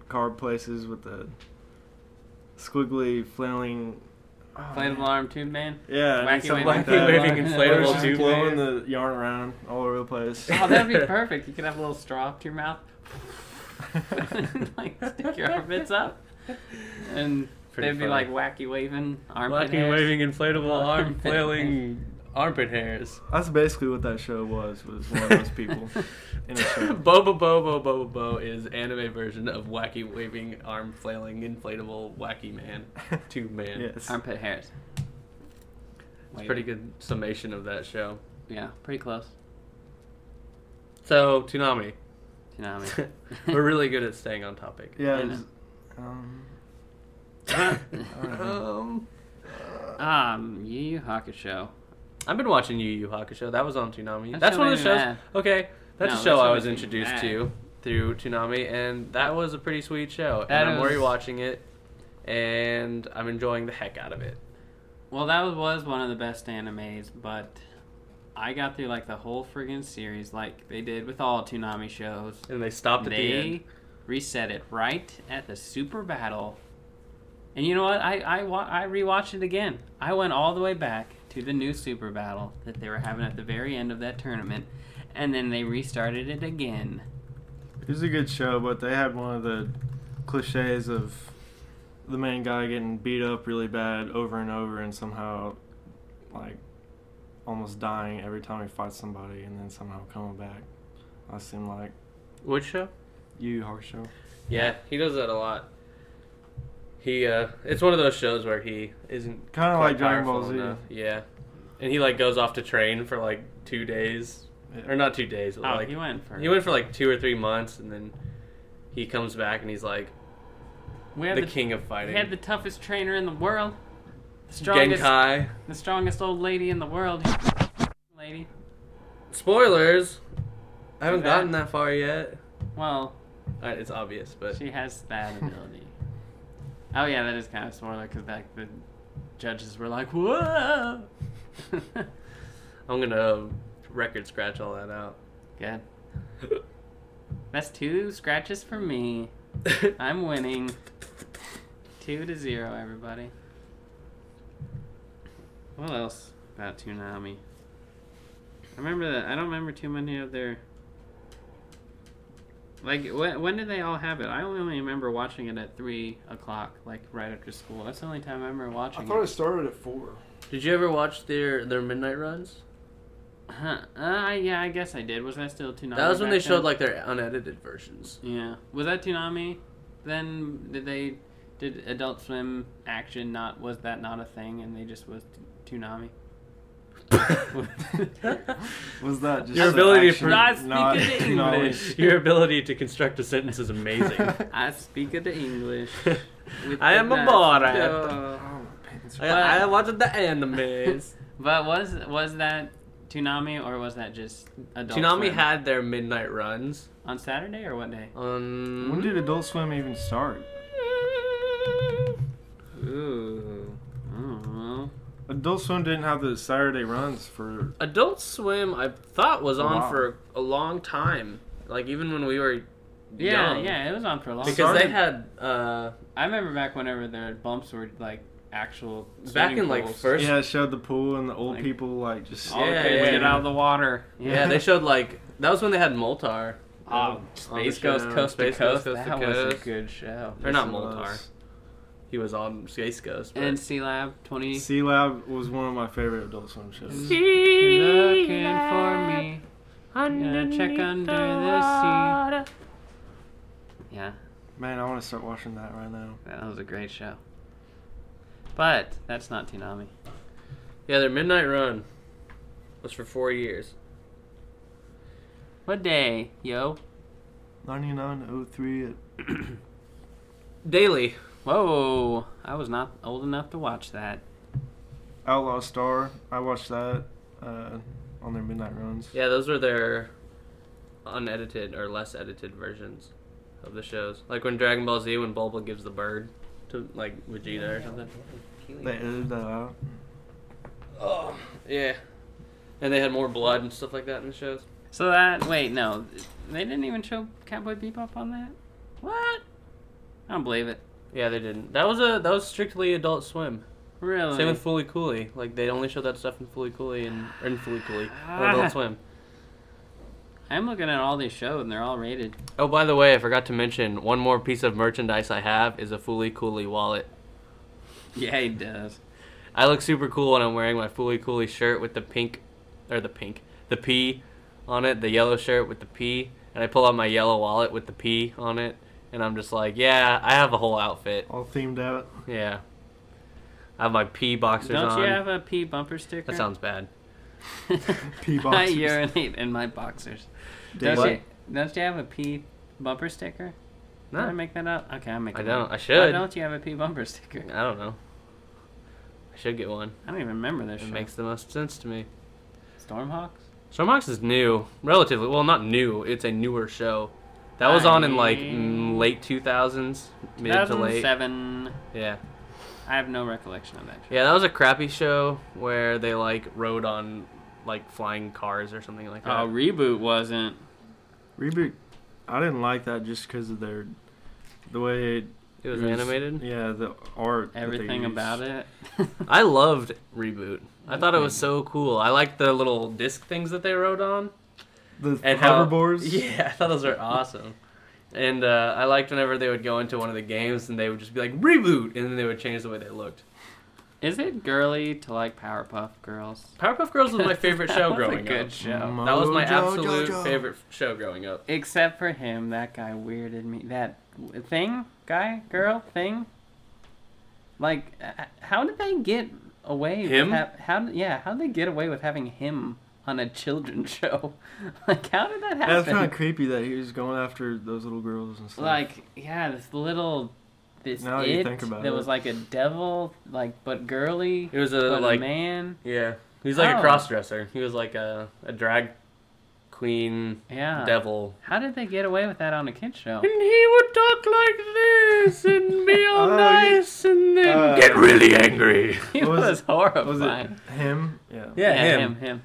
S3: car places with the squiggly flailing? Oh,
S4: Inflatable
S3: man.
S4: arm tube man.
S3: Yeah, I need
S4: Wacky
S3: something
S4: waving-
S3: like
S2: wacky
S3: that.
S2: waving
S3: Like,
S2: inflatable
S3: or just
S2: tube
S3: blowing
S2: man.
S3: the yarn around all over the place.
S4: Oh, that'd be perfect. You could have a little straw up to your mouth, like stick your armpits up, and
S2: Pretty
S4: they'd be
S2: funny.
S4: like wacky waving armpit
S2: Wacky
S4: hairs.
S2: waving inflatable arm
S4: Armpit
S2: flailing armpit hairs.
S3: That's basically what that show was. Was one of those people in a show.
S2: Boba Bobo Bobo Bo is anime version of wacky waving arm flailing inflatable wacky man tube man.
S3: Yes.
S4: Armpit hairs.
S2: It's a pretty good summation of that show.
S4: Yeah, pretty close.
S2: So Toonami,
S4: You know what I mean?
S2: we're really good at staying on topic.
S3: Yeah.
S4: I
S3: it was-
S4: know.
S3: um,
S2: um,
S4: um, Yu Yu Hakusho.
S2: I've been watching Yu Yu Hakusho. That was on Toonami.
S4: That
S2: That's,
S4: show
S2: one of the
S4: made me
S2: shows.
S4: mad.
S2: Okay, that's
S4: No,
S2: a
S4: that
S2: show
S4: show
S2: I was
S4: made me
S2: introduced
S4: mad.
S2: to through Toonami, and that was a pretty sweet show.
S4: That
S2: and I'm
S4: was-
S2: rewatching it, and I'm enjoying the heck out of it.
S4: Well, that was one of the best animes, but I got through like the whole friggin' series, like they did with all Toonami shows.
S2: And they stopped at the end.
S4: They reset it right at the super battle, and you know what? I I wa- I rewatched it again. I went all the way back to the new super battle that they were having at the very end of that tournament, and then they restarted it again.
S3: It was a good show, but they had one of the cliches of the main guy getting beat up really bad over and over and somehow like almost dying every time he fights somebody and then somehow coming back. I seem like
S2: Which show?
S3: you harsh show.
S2: Yeah, he does that a lot. He uh it's one of those shows where he isn't
S3: Kinda
S2: quite
S3: like Dragon Ball
S2: powerful
S3: Z.
S2: enough. Yeah. And he like goes off to train for like 2 days or not 2 days, but
S4: Oh,
S2: like
S4: he went for
S2: he went for like 2 or 3 months and then he comes back and he's like
S4: We
S2: the,
S4: had the,
S2: king of
S4: we
S2: fighting.
S4: had the toughest trainer in the world, the strongest
S2: Genkai.
S4: the strongest old lady in the world. Lady.
S2: Spoilers. I haven't
S4: Too bad.
S2: gotten that far yet.
S4: Well,
S2: Uh, it's obvious, but
S4: she has that ability. oh yeah, that is kind of a spoiler because like the judges were like, "Whoa!"
S2: I'm going to record scratch all that out.
S4: Good. That's two scratches for me. I'm winning. Two to zero, everybody. What else about Toonami? I remember that. I don't remember too many of their. Like when, when did they all have it? I only remember watching it at three o'clock, like right after school. That's the only time I remember watching it.
S3: started at four.
S2: Did you ever watch their their midnight runs?
S4: Huh. Uh, yeah, I guess I did. Was that still Toonami?
S2: That was when they
S4: back then?
S2: showed like their unedited versions.
S4: Yeah. Was that Toonami? Then did they did Adult Swim action not was that not a thing and they just was t- Toonami?
S3: Was that just
S2: Your
S3: an
S2: ability to
S3: action,
S2: not
S3: not
S4: speak in English?
S3: knowledge?
S2: Your ability to construct a sentence is amazing.
S4: I speak of the English. with
S2: I
S4: the
S2: am a
S4: best.
S2: Borat.
S4: Yeah.
S3: Oh, pants
S2: I,
S3: are-
S2: I watched the animes.
S4: But was was that Toonami or was that just Adult
S2: Toonami
S4: Swim?
S2: had Oh. their midnight runs Um,
S4: on Saturday or what day?
S2: on.
S3: When did Adult Swim even start?
S4: Ooh. I don't know.
S3: Adult Swim didn't have the Saturday runs for
S2: Adult Swim? I thought was on
S3: Wow.
S2: for a long time. Like even when we were
S4: Yeah,
S2: young.
S4: yeah, it was on for a long
S2: Because
S4: time.
S2: they had uh,
S4: I remember back whenever their bumps were like actual
S2: back
S4: swimming
S2: in like
S4: pools.
S2: first
S3: Yeah, it showed the pool and the old
S4: Like-
S3: people like just
S4: all
S2: Yeah,
S4: the kids
S2: yeah,
S4: get
S2: yeah.
S4: out of the water.
S2: Yeah, they showed like that was when they had Moltar.
S4: Oh,
S2: On
S4: Space
S2: the
S4: Goes
S2: show.
S4: Coast
S2: Space
S4: to
S2: Goes
S4: Coast.
S2: Coast
S4: that
S2: to
S4: was
S2: Coast.
S4: a good show.
S2: Or not
S3: Yes, it
S2: Moltar.
S3: was.
S2: He was on Space Ghost. but-
S4: And C Lab 20.
S3: C Lab was one of my favorite Adult Swim shows.
S2: Mm-hmm.
S4: Looking for me. Gonna check under the sea. Yeah,
S3: Man, I want to start watching that right now.
S4: that was a great show. But that's not Toonami.
S2: yeah, their Midnight Run was for four years.
S4: What day, yo?
S3: 9903 at
S2: Daily.
S4: Whoa, I was not old enough to watch that.
S3: Outlaw Star. I watched that uh, on their midnight runs.
S2: Yeah, those were their unedited or less edited versions of the shows. Like when Dragon Ball Z, when Bulma gives the bird to like Vegeta or something.
S3: They edited that out.
S2: Oh, yeah. And they had more blood and stuff like that in the shows.
S4: So that, wait, no. They didn't even show Cowboy Bebop on that? What? I don't believe it.
S2: Yeah, they didn't. That was a that was strictly Adult Swim.
S4: Really?
S2: Same with Fully Cooley. Like they only showed that stuff in Fully Cooley and or in Fully Cooley, or Adult Swim.
S4: I'm looking at all these shows and they're all rated.
S2: Oh, by the way, I forgot to mention one more piece of merchandise I have is a Fully Cooley wallet.
S4: Yeah, he does.
S2: I look super cool when I'm wearing my Fully Cooley shirt with the pink, or the pink, the P on it, the yellow shirt with the P, and I pull out my yellow wallet with the P on it, and I'm just like, yeah, I have a whole outfit.
S3: All themed out.
S2: Yeah, I have my P boxers
S4: Don't
S2: on.
S4: you have a P bumper sticker?
S2: that sounds bad.
S3: P
S4: I
S3: boxers.
S4: urinate in my boxers.
S3: Did
S4: Don't
S2: What?
S4: you, don't you have a P bumper sticker? Did I
S2: No,
S4: make that up? Okay, I'm making
S2: I
S4: it up.
S2: don't. I
S4: Why
S2: should.
S4: don't you have a P bumper sticker?
S2: I don't know. I should get one.
S4: I don't even remember this
S2: It
S4: show.
S2: makes the most sense to me.
S4: Stormhawks?
S2: Stormhawks is new, relatively. Well, not new. It's a newer show. That was on in like
S4: I-
S2: mm, late 2000s, mid to late.
S4: 2007.
S2: Yeah.
S4: I have no recollection of that show.
S2: Yeah, that was a crappy show where they like rode on like flying cars or something like that.
S4: Oh, reboot wasn't.
S3: Reboot. I didn't like that just because of their the way it,
S2: it was animated.
S3: Yeah, the art. that they
S4: Everything
S3: used.
S4: about it.
S2: I loved Reboot. I thought it was so cool. I liked the little disc things that they rode on.
S3: The
S2: And how-
S3: hoverboards.
S2: yeah, I thought those were awesome. And uh, I liked whenever they would go into one of the games and they would just be like, Reboot! And then they would change the way they looked.
S4: Is it girly to like Powerpuff Girls?
S2: Powerpuff Girls was my favorite
S4: That
S2: show
S4: was a
S2: growing
S4: good
S2: up.
S4: show.
S2: That was my
S3: Mojo
S2: absolute
S3: Jojo.
S2: favorite show growing up.
S4: Except for him, that guy weirded me. That thing, guy, girl, thing. Like, h- how did they get away?
S2: Him?
S4: With ha- how? Yeah, how did they get away with having him on a children's show? like, how did that happen?
S3: That's kind of creepy that he was going after those little girls and stuff.
S4: like, yeah, this little, this
S3: Now
S4: it
S3: you think about
S4: that
S3: it.
S4: was like a devil, like but girly,
S2: It was a
S4: but
S2: like
S4: a man.
S2: yeah. He was like
S4: Oh.
S2: a cross dresser. He was like a, a drag queen
S4: Yeah.
S2: devil.
S4: How did they get away with that on a kids show?
S2: Ah. And he would talk like this and be all
S3: Oh, yeah.
S2: nice and then
S3: Uh,
S2: get really angry.
S4: It
S3: was
S4: was,
S3: it-
S4: horrifying.
S3: was it him? Yeah.
S2: Yeah,
S4: Yeah,
S2: him.
S4: him, him.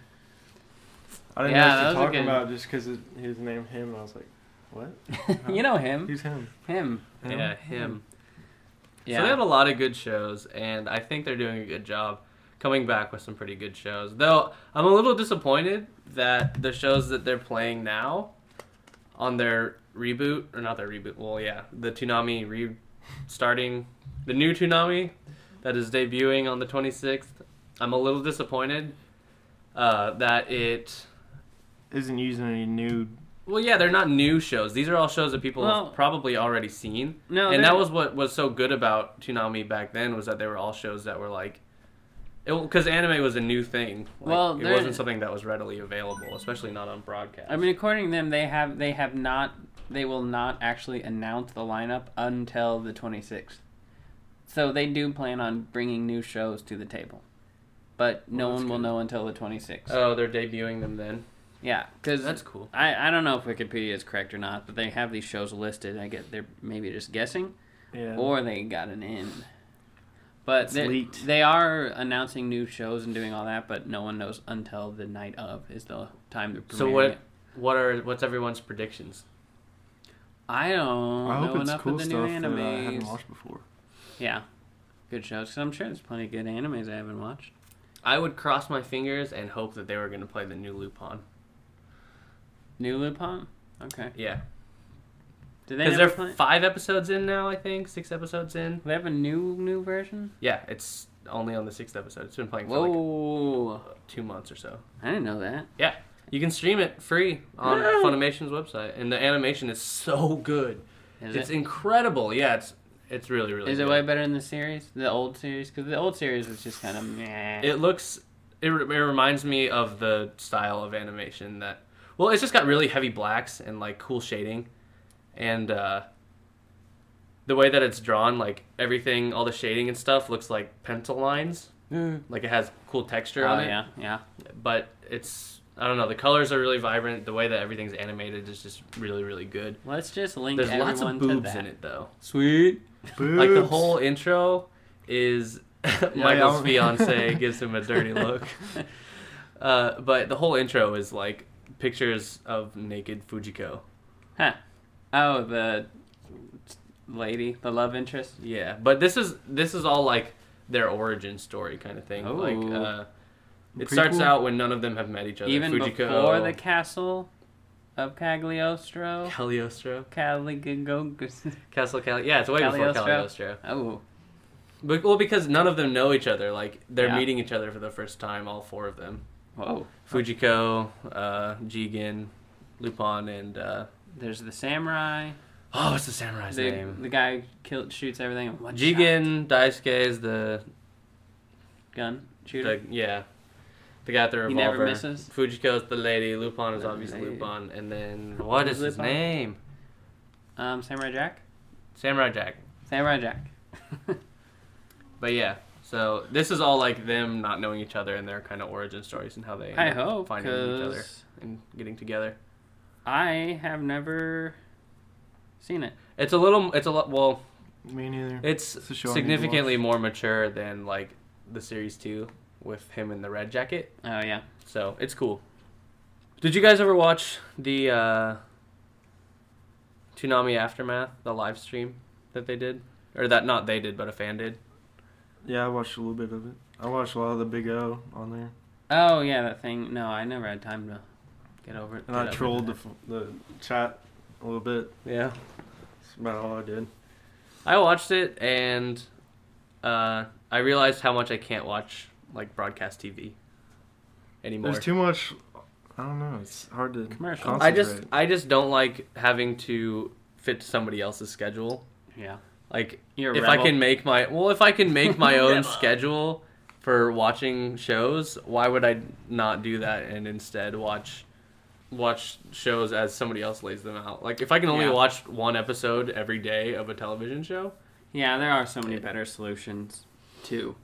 S3: I didn't
S4: Yeah,
S3: know what
S4: that
S3: you're
S4: was a
S3: talking
S4: good-
S3: about just because his name him. And I was like, what?
S4: you know him.
S3: Who's him?
S4: Him.
S3: Him?
S2: Yeah, him. So
S4: Yeah.
S2: they have a lot of good shows, and I think they're doing a good job coming back with some pretty good shows. Though I'm a little disappointed that the shows that they're playing now on their reboot or not their reboot. Well, yeah, the Toonami re starting the new Toonami that is debuting on the 26th. I'm a little disappointed uh, that it.
S3: Isn't using any new.
S2: Well, yeah, they're not new shows. These are all shows that people
S4: Well-
S2: have probably already seen.
S4: no,
S2: and
S4: they're-
S2: that was what was so good about Toonami back then was that they were all shows that were like, because anime was a new thing. Like,
S4: Well,
S2: it
S4: there-
S2: wasn't something that was readily available, especially not on broadcast.
S4: I mean, according to them, they have they have not they will not actually announce the lineup until the 26th. So they do plan on bringing new shows to the table, but no
S2: Well, that's
S4: one will
S2: good.
S4: know until the 26th.
S2: oh, they're debuting them then.
S4: yeah, because
S2: That's cool.
S4: I I don't know if Wikipedia is correct or not, but they have these shows listed. I get they're maybe just guessing,
S3: Yeah.
S4: or they got an in. But
S3: It's
S4: they
S3: leaked.
S4: they are announcing new shows and doing all that, but no one knows until the night of is the time to.
S2: So what? What are what's everyone's predictions?
S4: I don't
S3: I hope
S4: know
S3: it's
S4: enough
S3: cool
S4: of the new
S3: stuff that I
S4: animes.
S3: hadn't watched before.
S4: yeah, good shows. 'cause I'm sure there's plenty of good animes I haven't watched.
S2: I would cross my fingers and hope that they were going to play the new Lupin.
S4: New Lupin. Okay.
S2: Yeah,
S4: Did they
S2: because
S4: never
S2: they're
S4: play?
S2: five episodes in now. I think six episodes in.
S4: they have a new new version.
S2: Yeah, it's only on the sixth episode. It's been playing for like
S4: Whoa!
S2: two months or so.
S4: I didn't know that.
S2: Yeah. You can stream it free on
S4: Really?
S2: Funimation's website, and the animation is so good.
S4: Is
S2: it's
S4: it?
S2: incredible. Yeah, it's it's really really.
S4: Is it
S2: good.
S4: way better than the series, the old series? Because the old series was just kind of meh.
S2: It looks. It, re- it reminds me of the style of animation that. Well, it's just got really heavy blacks and like cool shading, and uh, the way that it's drawn, like everything, all the shading and stuff looks like pencil lines. Like it has cool texture
S4: oh
S2: on it.
S4: yeah, yeah.
S2: but it's I don't know. The colors are really vibrant. The way that everything's animated is just really really good.
S4: Let's just link
S2: There's
S4: everyone
S2: lots of
S4: to
S2: boobs
S4: that.
S2: in it though.
S4: Sweet.
S2: Like the
S3: Boobs.
S2: whole intro is Michael's
S3: I'll-
S2: fiance gives him a dirty look. Uh, but the whole intro is like pictures of naked Fujiko.
S4: Huh. Oh, the lady, the love interest.
S2: Yeah, but this is this is all like their origin story kind of thing. Like
S4: Ooh.
S2: uh, it starts
S3: Prequel?
S2: out when none of them have met each other.
S4: Even
S2: Fujiko, oh.
S4: before the castle of Cagliostro.
S2: Cagliostro,
S4: Caligagogos.
S2: Castle Cali. Yeah, it's way before
S4: Cagliostro.
S2: Cagliostro.
S4: Oh,
S2: But, well, because none of them know each other. Like they're
S4: Yeah.
S2: meeting each other for the first time, all four of them:
S4: whoa.
S2: Fujiko, uh, Jigen, Lupin, and uh,
S4: There's the samurai.
S2: oh, what's the samurai's
S4: The,
S2: name? Oh,
S4: the guy kill, shoots everything in one shot.
S2: Jigen Daisuke is the,
S4: Gun. Shooter.
S2: the yeah, the guy with the
S4: He
S2: revolver.
S4: never misses?
S2: Fujiko's the lady. Lupin is
S4: The
S2: obviously
S4: lady.
S2: Lupin, and then what is his
S4: Lupin?
S2: name?
S4: Um, samurai Jack?
S2: Samurai Jack.
S4: Samurai Jack.
S2: But yeah, So this is all like them not knowing each other and their kind of origin stories and how they
S4: I
S2: end up
S4: hope,
S2: finding each other
S4: 'cause-
S2: and getting together.
S4: I have never seen it.
S2: It's a little. It's a lot. Well,
S3: Me neither.
S2: it's,
S3: It's a show I need to
S2: significantly more mature than like the series two with him in the red jacket.
S4: Oh yeah.
S2: So it's cool. Did you guys ever watch the uh, tsunami aftermath, the live stream that they did, or that not they did, but a fan did?
S3: yeah, I watched a little bit of it. I watched a lot of the Big O on there,
S4: Oh yeah, that thing. No, I never had time to get over it.
S3: and
S4: get
S3: I
S4: over
S3: trolled the,
S4: that.
S3: f- the chat a little bit.
S2: Yeah.
S3: That's about all I did.
S2: I watched it and uh, I realized how much I can't watch like broadcast TV anymore.
S3: There's too much. I don't know. It's hard to
S4: Commercials.
S2: I just
S3: concentrate.
S2: I just don't like having to fit somebody else's schedule.
S4: Yeah.
S2: Like
S4: You're a
S2: if I
S4: rebel.
S2: can make my well, if I can make my own
S4: Rebel.
S2: schedule for watching shows, why would I not do that and instead watch watch shows as somebody else lays them out? Like if I can only
S4: Yeah.
S2: watch one episode every day of a television show,
S4: Yeah, there are so many better solutions too.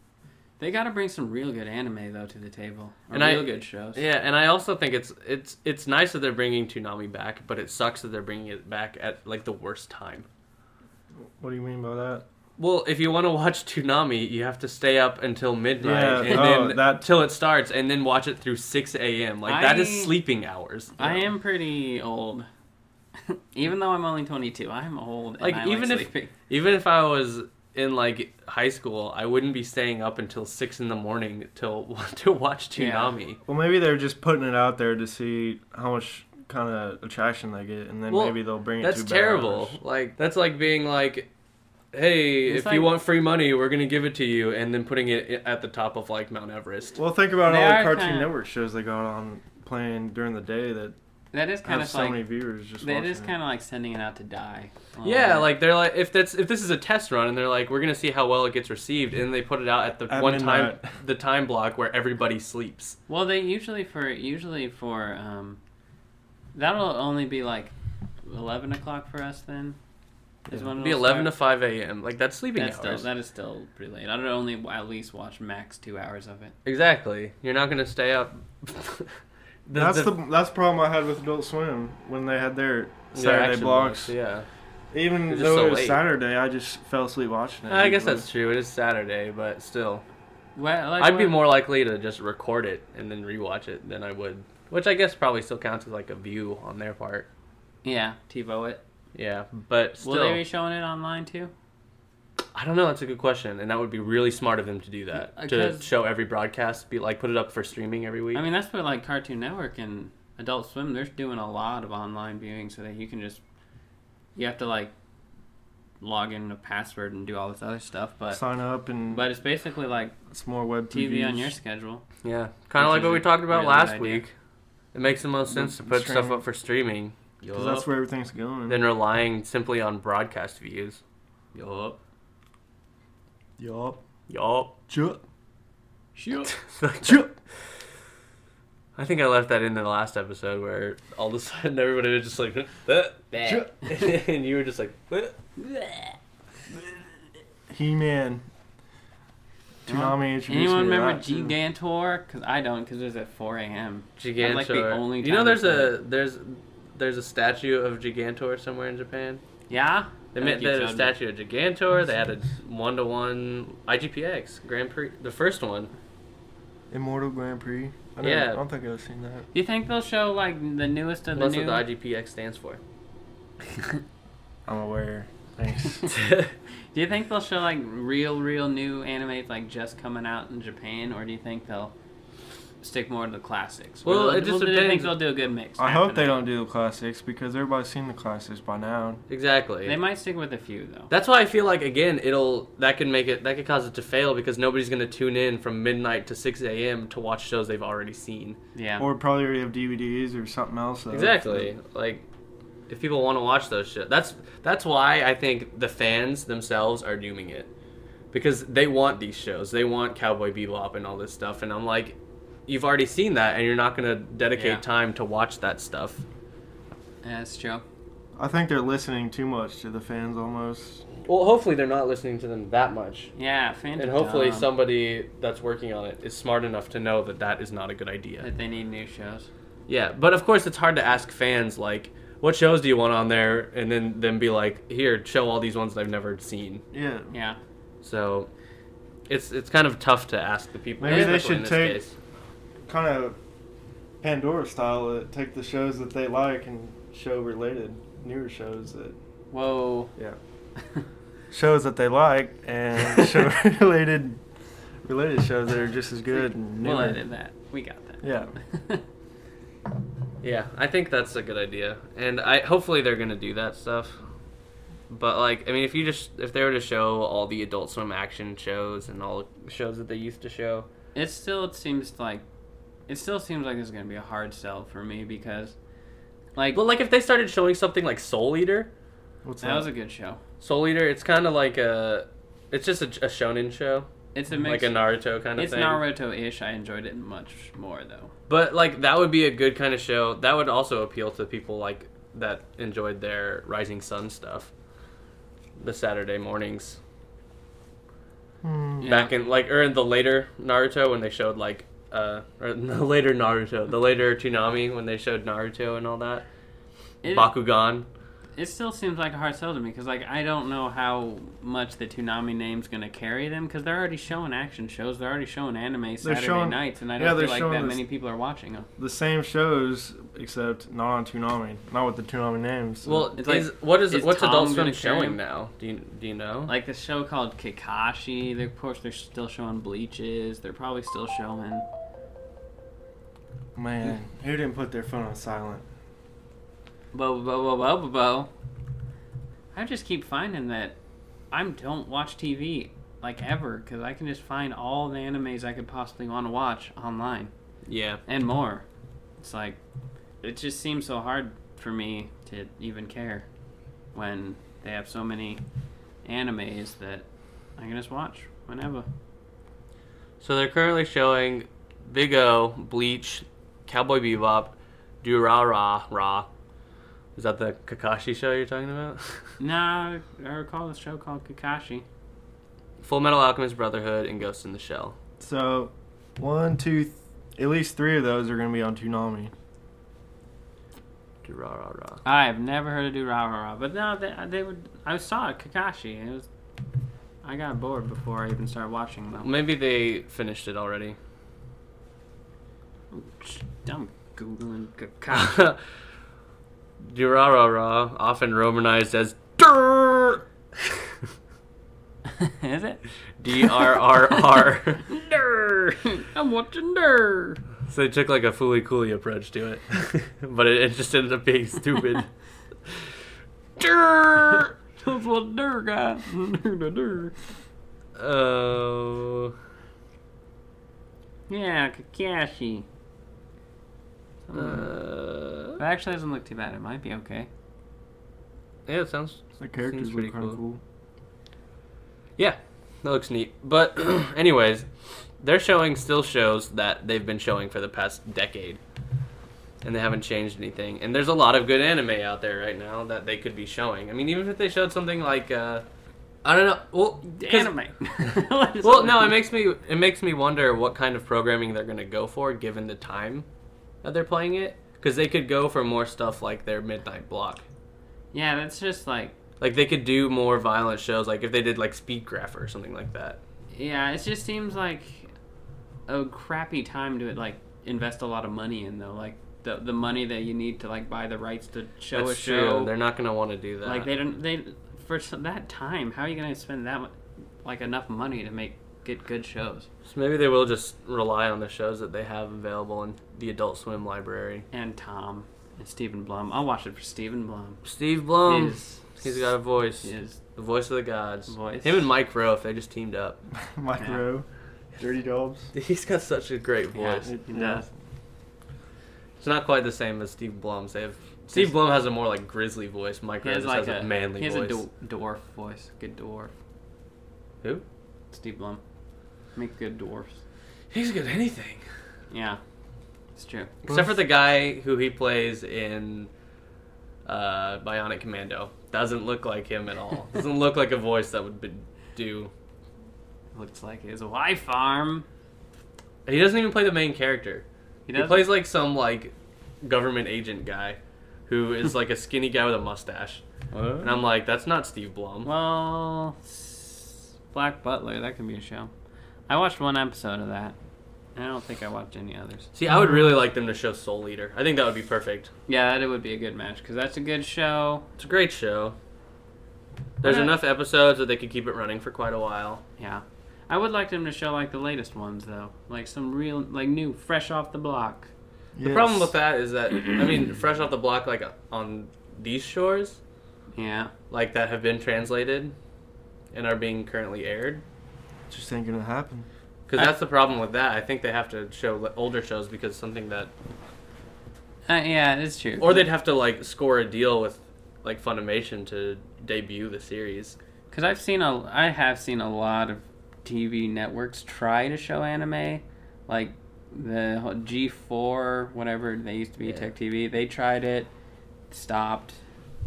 S4: They got to bring some real good anime though to the table, or
S2: And I-
S4: real good shows.
S2: Yeah, and I also think it's it's it's nice that they're bringing Toonami back, but it sucks that they're bringing it back at like the worst time.
S3: What do you mean by that?
S2: Well, if you want to watch Toonami, you have to stay up until midnight
S3: Yeah,
S2: and
S3: oh,
S2: then
S3: that-
S2: till it starts, and then watch it through six a.m. Like that
S4: I-
S2: is sleeping hours.
S4: I am pretty old. even though I'm only 22, I'm old. And
S2: Like,
S4: I
S2: even if-
S4: sleeping.
S2: Even if I was in like high school, I wouldn't be staying up until six in the morning till to watch
S4: Yeah.
S2: Toonami.
S3: Well, maybe they're just putting it out there to see how much kind of attraction they get, and then
S2: Well,
S3: maybe they'll bring it.
S2: That's
S3: to
S2: terrible.
S3: Bad.
S2: Like that's like being like, hey,
S4: It's
S2: if you
S4: like-
S2: want free money, we're gonna give it to you, and then putting it at the top of like Mount Everest.
S3: Well, think about
S4: They
S3: all
S4: are
S3: the Cartoon
S4: kinda-
S3: Network shows they got on playing during the day that
S4: That is kind
S3: have
S4: of
S3: so
S4: like
S3: many viewers just.
S4: that
S3: watching
S4: is
S3: it.
S4: kind of like sending it out to die. a little
S2: yeah,
S4: bit.
S2: like they're like if that's if this is a test run and they're like we're gonna see how well it gets received and they put it out at the
S3: At
S2: one
S3: midnight.
S2: time the time block where everybody sleeps.
S4: Well, they usually for usually for um, that'll only be like 11 o'clock for us then. Is
S3: Yeah.
S4: when
S2: It'd be
S4: it'll
S2: eleven
S4: start.
S2: to five a.m. Like that's sleeping
S4: That's still
S2: hours.
S4: that is still pretty late. I'd only at least watch max two hours of it.
S2: Exactly. You're not gonna stay up. The-
S3: That's the that's the problem I had with Adult Swim when they had their Saturday
S2: action
S3: blocks.
S2: Yeah.
S3: Even
S2: They're just
S3: though
S2: so
S3: it was
S2: late.
S3: Saturday, I just fell asleep watching it.
S2: I guess
S3: usually.
S2: that's true. It is Saturday, but still.
S4: Well, like,
S2: I'd be
S4: what-
S2: more likely to just record it and then rewatch it than I would, which I guess probably still counts as like a view on their part.
S4: yeah TiVo it.
S2: Yeah, but
S4: Will they
S2: still,
S4: be showing it online too?
S2: I don't know. That's a good question, and that would be really smart of them to do that
S4: Uh,
S2: to
S4: 'cause-
S2: show every broadcast, be like put it up for streaming every week.
S4: I mean, that's what like Cartoon Network and Adult Swim. They're doing a lot of online viewing, so that you can just you have to like log in a password and do all this other stuff. But
S3: Sign up and
S4: but it's basically like
S3: it's more web
S4: TV on
S3: TVs.
S4: your schedule.
S2: yeah, kind of
S4: Which
S2: like
S4: is
S2: what
S4: a
S2: we talked about
S4: really
S2: last
S4: good idea.
S2: week. It makes the most sense to put stuff
S3: streaming.
S2: up for streaming
S3: 'Cause that's where everything's going.
S2: than relying simply on broadcast views. Yup.
S3: yup.
S2: Yup.
S3: Yup.
S2: I think I left that in the last episode where all of a sudden everybody was just like,
S4: Bleh.
S2: and you were just like,
S3: He-Man. Tsunami introduced
S4: Anyone
S3: me to
S4: remember
S3: that, too.
S4: Gigantor? Because I don't, because it was at 4 a.m.
S2: Gigantor.
S4: Like the only
S2: you know,
S4: time
S2: there's
S4: I've
S2: a there's there's a statue of Gigantor somewhere in Japan.
S4: Yeah?
S2: They
S4: I
S2: made
S4: think you
S2: they had a
S4: showed me.
S2: statue of Gigantor. They had a one to one IGPX Grand Prix, the first one.
S3: Immortal Grand Prix. I don't,
S2: Yeah.
S3: I don't think I've seen that.
S4: Do you think they'll show, like, the newest of the
S2: That's
S4: new?
S2: what the IGPX stands for.
S3: I'm aware. Thanks.
S4: Do you think they'll show, like, real, real new anime, like, just coming out in Japan? Or do you think they'll stick more to the classics? Or
S2: Well,
S4: they'll-
S2: it just
S4: Do you think
S2: depends.
S4: they'll do a good mix?
S3: I
S4: half
S3: hope
S4: and
S3: they
S4: half?
S3: don't do the classics because everybody's seen the classics by now.
S2: exactly.
S4: They might stick with a few, though.
S2: That's why I feel like again it'll that can make it that could cause it to fail because nobody's gonna tune in from midnight to six a.m. to watch shows they've already seen.
S4: yeah.
S3: Or probably already have DVDs or something else. though.
S2: Exactly. Like if people want to watch those shit, that's that's why I think the fans themselves are dooming it because they want these shows. They want Cowboy Bebop and all this stuff, and I'm like, you've already seen that, and you're not gonna dedicate
S4: Yeah.
S2: time to watch that stuff.
S4: Yeah, that's true.
S3: I think they're listening too much to the fans almost.
S2: Well, hopefully they're not listening to them that much,
S4: Yeah, fandom.
S2: and hopefully
S4: dumb.
S2: somebody that's working on it is smart enough to know that that is not a good idea.
S4: that they need new shows.
S2: Yeah, but of course it's hard to ask fans like, "What shows do you want on there?" and then then be like, "Here, show all these ones that I've never seen."
S3: Yeah.
S4: Yeah,
S2: So, it's it's kind of tough to ask the people.
S3: Maybe they
S2: especially
S3: should
S2: in this
S3: take-
S2: case.
S3: Kind of Pandora style, uh, take the shows that they like and show related newer shows that
S4: whoa.
S3: yeah. shows that they like and show related related shows that are just as good and newer.
S4: We'll edit that. We got that.
S3: Yeah.
S2: Yeah, I think that's a good idea, and I hopefully they're gonna do that stuff. But like, I mean, if you just if they were to show all the Adult Swim action shows and all the shows that they used to show,
S4: it still seems like, it still seems like this is gonna be a hard sell for me because, like,
S2: well, like if they started showing something like Soul Eater,
S3: What's
S4: that was a good show.
S2: Soul Eater, it's kind of like a, it's just a, a shonen show,
S4: It's a
S2: like
S4: mix.
S2: a Naruto kind of
S4: it's
S2: thing.
S4: Naruto-ish. I enjoyed it much more though.
S2: But like that would be a good kind of show. That would also appeal to people like that enjoyed their Rising Sun stuff, the Saturday mornings.
S4: Yeah.
S2: Mm. back in like or in the later Naruto when they showed like uh or the later Naruto, the later Toonami when they showed Naruto and all that.
S4: It-
S2: Bakugan.
S4: it still seems like a hard sell to me because like I don't know how much the Toonami name's gonna carry them because they're already showing action shows, they're already showing anime Saturday
S3: showing-
S4: nights, and I
S3: yeah,
S4: don't
S3: they're
S4: feel like
S3: showing
S4: that
S3: this-
S4: many people are watching them.
S3: the same shows except not on Toonami, not with the Toonami names.
S2: Well,
S4: It's
S2: is,
S4: like,
S2: what is,
S4: is
S2: what's
S4: Tom
S2: Adult
S4: gonna
S2: Swim
S4: carry
S2: showing
S4: him?
S2: now? Do you do you know?
S4: Like the show called Kakashi, they're, of course they're still showing Bleaches, they're probably still showing.
S3: man, who didn't put their phone on silent?
S4: Bo bo bo bo bo bo. I just keep finding that I don't watch TV like ever because I can just find all the animes I could possibly want to watch online
S2: yeah.
S4: and more. It's like it just seems so hard for me to even care when they have so many animes that I can just watch whenever.
S2: So they're currently showing Big O, Bleach, Cowboy Bebop, Durarara. Ra. Is that the Kakashi show you're talking about?
S4: Nah, I recall this show called Kakashi.
S2: Full Metal Alchemist Brotherhood and Ghost in the Shell.
S3: So, one, two, th- at least three of those are going to be on Toonami.
S2: Durarara.
S4: I've never heard of Durarara, but no, they, they would. I saw Kakashi. and It was. I got bored before I even started watching them.
S2: Maybe they finished it already.
S4: I'm googling Kakashi.
S2: Durarara, often romanized as Dur,
S4: Is it?
S2: D R R R.
S4: Durr. I'm watching Durr.
S2: So they took like a fully coolly approach to it, but it, it just ended up being stupid. Dur.
S4: That's what Durr got. Durr, durr, durr.
S2: Oh,
S4: Yeah, Kakashi.
S2: uh,
S4: That actually doesn't look too bad. It might be okay.
S2: yeah, it sounds
S3: The
S2: characters
S3: characters
S2: Seems look pretty
S3: look kind
S2: kinda
S3: of cool.
S2: yeah, that looks neat. But anyways, they're showing still shows that they've been showing for the past decade. And they haven't changed anything. And there's a lot of good anime out there right now that they could be showing. I mean, even if they showed something like, uh, I don't know. Well, 'cause-
S4: Anime. What is
S2: well,
S4: it?
S2: no, it makes me it makes me wonder what kind of programming they're going to go for given the time that they're playing it, because they could go for more stuff like their midnight block.
S4: Yeah, that's just like.
S2: Like they could do more violent shows, like if they did like Speedgrapher or something like that.
S4: Yeah, it just seems like a crappy time to like invest a lot of money in though. Like the the money that you need to like buy the rights to show a
S2: That's
S4: show.
S2: true. They're not going to want to do that.
S4: uh, like they don't they for s- that time. How are you gonna spend that mu- like enough money to make get good shows?
S2: So maybe they will just rely on the shows that they have available in the Adult Swim library.
S4: And Tom and Stephen Blum. I'll watch it for Stephen Blum.
S2: Steve Blum,
S4: His-
S2: he's got a voice,
S4: His
S2: the voice of the gods.
S4: Voice.
S2: Him and Mike Rowe, if they just teamed up,
S3: Micro, Dirty Jobs.
S2: he's got such a great
S4: yeah,
S2: voice.
S4: he
S3: Yeah.
S4: does.
S2: It's not quite the same as Steve Blum's. They have Steve Blum has a more like grizzly voice. Mike
S4: He
S2: Rowe
S4: has
S2: just
S4: like
S2: has a,
S4: a
S2: manly
S4: He has
S2: voice.
S4: a dw- dwarf voice. Good dwarf.
S2: Who?
S4: Steve Blum. Make good dwarfs.
S2: He's good at anything
S4: Yeah, it's true.
S2: except for the guy who he plays in uh, Bionic Commando. Doesn't look like him at all. Doesn't look like a voice that would be, do.
S4: Looks like his wife farm.
S2: He doesn't even play the main character.
S4: He
S2: He
S4: does.
S2: plays like some like government agent guy, who is like a skinny guy with a mustache. And I'm like, that's not Steve Blum.
S4: Well, s- Black Butler. That could be a show. I watched one episode of that. I don't think I watched any others.
S2: See, I would really like them to show Soul Eater. I think that would be perfect.
S4: Yeah, that would be a good match because that's a good show.
S2: It's a great show. There's
S4: Yeah.
S2: enough episodes that they could keep it running for quite a while.
S4: Yeah. I would like them to show like the latest ones though, like some real, like new, fresh off the block.
S2: The problem with that is that I mean, fresh off the block, like on these shores,
S4: Yeah.
S2: like that have been translated and are being currently aired.
S3: just ain't gonna happen.
S2: Because
S4: I-
S2: that's the problem with that. I think they have to show li- older shows because something that,
S4: Uh, yeah, it's true.
S2: or they'd have to like score a deal with like Funimation to debut the series.
S4: because I've seen a, I have seen a lot of TV networks try to show anime, like the whole G4, whatever they used to be,
S2: Yeah.
S4: Tech TV. They tried it, stopped.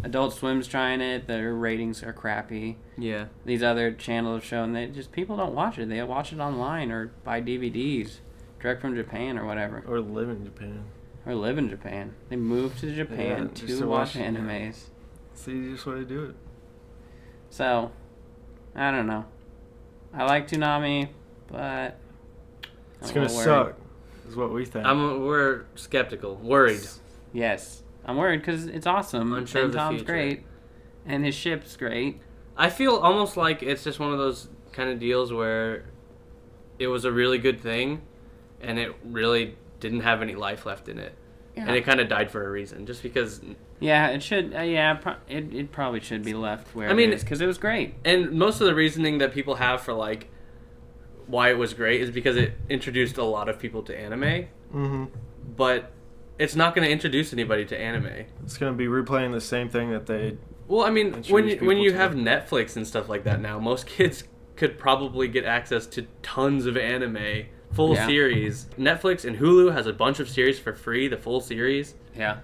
S4: Adult Swim's trying it. Their ratings are crappy.
S2: Yeah.
S4: These other channels have shown that just people don't watch it. They watch it online or buy DVDs direct from Japan or whatever,
S3: Or live in Japan.
S4: or live in Japan. They move to Japan
S3: just
S4: to,
S3: to watch
S4: watch,
S3: it.
S4: animes.
S3: It's the easiest way to do it.
S4: So, I don't know. I like Toonami, but
S3: It's
S4: I'm
S3: gonna
S4: a little worried.
S3: suck, is what we think.
S2: I'm we're skeptical, worried.
S4: Yes, I'm worried because it's awesome.
S2: Unsure of
S4: and
S2: the
S4: Tom's
S2: future.
S4: great, and his ship's great.
S2: I feel almost like it's just one of those kind of deals where it was a really good thing, and it really didn't have any life left in it, and it kind of died for a reason, just because
S4: Yeah, it should. Uh, yeah, pro- it it probably should be left where
S2: I mean-
S4: it is because it was great.
S2: and most of the reasoning that people have for like why it was great is because it introduced a lot of people to anime
S3: hmm
S2: but it's not going to introduce anybody to anime
S3: It's gonna be replaying the same thing that they.
S2: well i mean
S3: Introduce
S2: when you, when
S3: people
S2: you
S3: to
S2: have
S3: it.
S2: netflix and stuff like that now most kids could probably get access to tons of anime full
S4: Yeah.
S2: series netflix and hulu has a bunch of series for free the full series
S4: Yeah,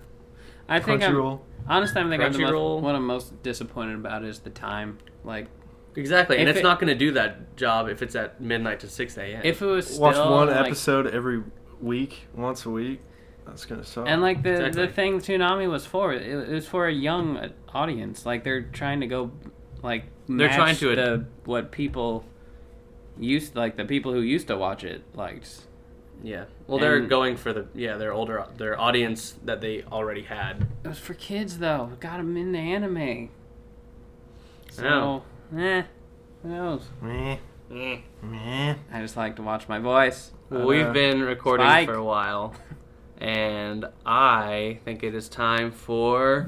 S4: I think I'm
S3: Crunchyroll.
S4: honestly. I think I'm the
S2: Crunchyroll.
S4: most, what I'm most disappointed about is the time. Like,
S2: exactly and
S4: If
S2: it's
S4: it-
S2: not going to do that job if it's at midnight to 6 a.m
S4: if it was still,
S3: Watch one
S4: like-
S3: episode every week, once a week. That's gonna suck.
S4: And like the
S2: Oh, Exactly.
S4: the thing Toonami was for, it, it was for a young uh, audience. Like they're trying to go, like
S2: They're
S4: match
S2: trying to-
S4: the, what people used like the people who used to watch it liked.
S2: Yeah. Well, they're
S4: And-
S2: going for the yeah their older their audience that they already had.
S4: It was for kids though. It Got them into anime. So,
S2: know.
S4: eh, who knows?
S3: meh, meh.
S4: I just like to watch my voice.
S2: Well, we've
S3: Uh,
S2: been recording
S4: Spike.
S2: for a while, and I think it is time for.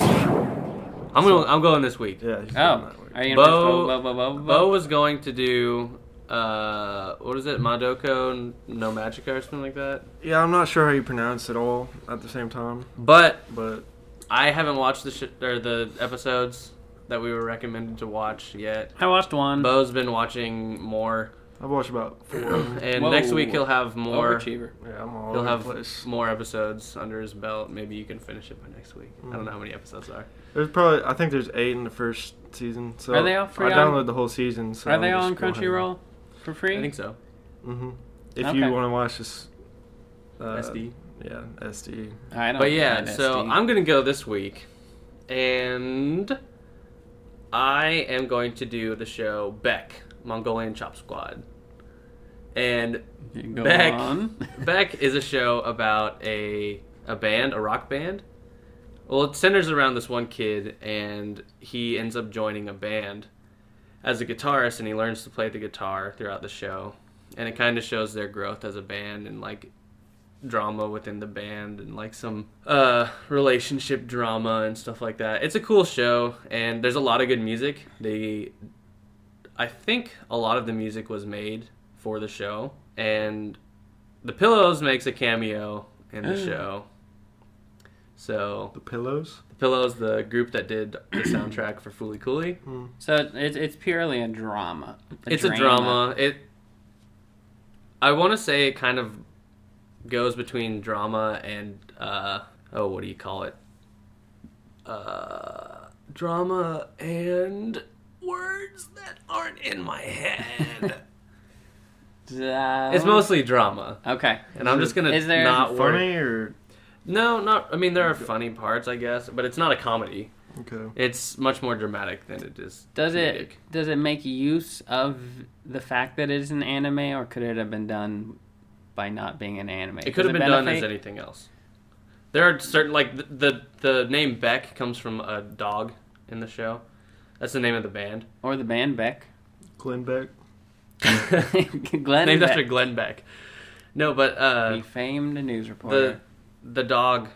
S2: I'm gonna I'm going this week.
S3: Yeah. he's doing
S4: Oh,
S3: that week.
S4: are you gonna
S2: Bo-
S4: Bo, Bo, Bo, Bo,
S2: Bo
S4: Bo?
S2: was going to do uh what is it Madoka no Magica or something like that,
S3: Yeah, I'm not sure how you pronounce it all at the same time,
S2: but
S3: but
S2: I haven't watched the sh- or the episodes that we were recommended to watch yet.
S4: I watched one.
S2: Bo's been watching more,
S3: I've watched about four. of 'em.
S2: and
S4: Whoa.
S2: next week he'll have more.
S4: Overachiever.
S3: yeah, I'm all
S2: He'll
S3: over
S2: have
S3: the place.
S2: more episodes under his belt. Maybe you can finish it by next week. I don't
S3: Hmm.
S2: know how many episodes are.
S3: There's probably I think there's eight in the first season. So
S4: Are they all free
S3: I
S4: on-
S3: downloaded the whole season. So
S4: Are they all on Crunchyroll for free?
S2: I think so.
S3: Mm-hmm. If
S4: Okay.
S3: you want to watch this, uh,
S2: SD.
S3: Yeah, SD.
S4: I don't.
S2: But yeah,
S4: I
S2: so
S4: SD.
S2: I'm gonna go this week, and I am going to do the show Beck Mongolian Chop Squad, and
S4: You can go
S2: Beck.
S4: on.
S2: Beck is a show about a a band, a rock band. Well, it centers around this one kid, and he ends up joining a band as a guitarist, and he learns to play the guitar throughout the show, and it kind of shows their growth as a band and like drama within the band and like some uh relationship drama and stuff like that. It's a cool show and there's a lot of good music. They I think a lot of the music was made for the show and the Pillows makes a cameo in the show. So
S3: The pillows.
S2: the Pillows, the group that did the soundtrack for Foolie Cooley,
S4: So it- it's it's purely a drama.
S2: it's a drama. It. I want to say it kind of goes between drama and uh, oh, what do you call it? Uh, drama and words that aren't in my head. it's mostly drama,
S4: okay.
S2: and I'm just gonna
S4: Is there-
S2: not worry.
S3: Funny or
S2: No, not. I mean, there are funny parts, I guess, but it's not a comedy.
S3: okay?
S2: It's much more dramatic than it is.
S4: Does
S2: comedic.
S4: it does it make use of the fact that it is an anime, or could it have been done by not being an anime?
S2: It could have
S4: Does
S2: been done as
S4: benefit-
S2: anything else. There are certain like the, the the name Beck comes from a dog in the show. That's the name of the band.
S4: or the band Beck,
S3: Glenn Beck.
S4: Glenn
S2: Named
S4: Beck,
S2: after Glenn Beck. No, but uh,
S4: the famed news
S2: the
S4: reporter.
S2: the dog.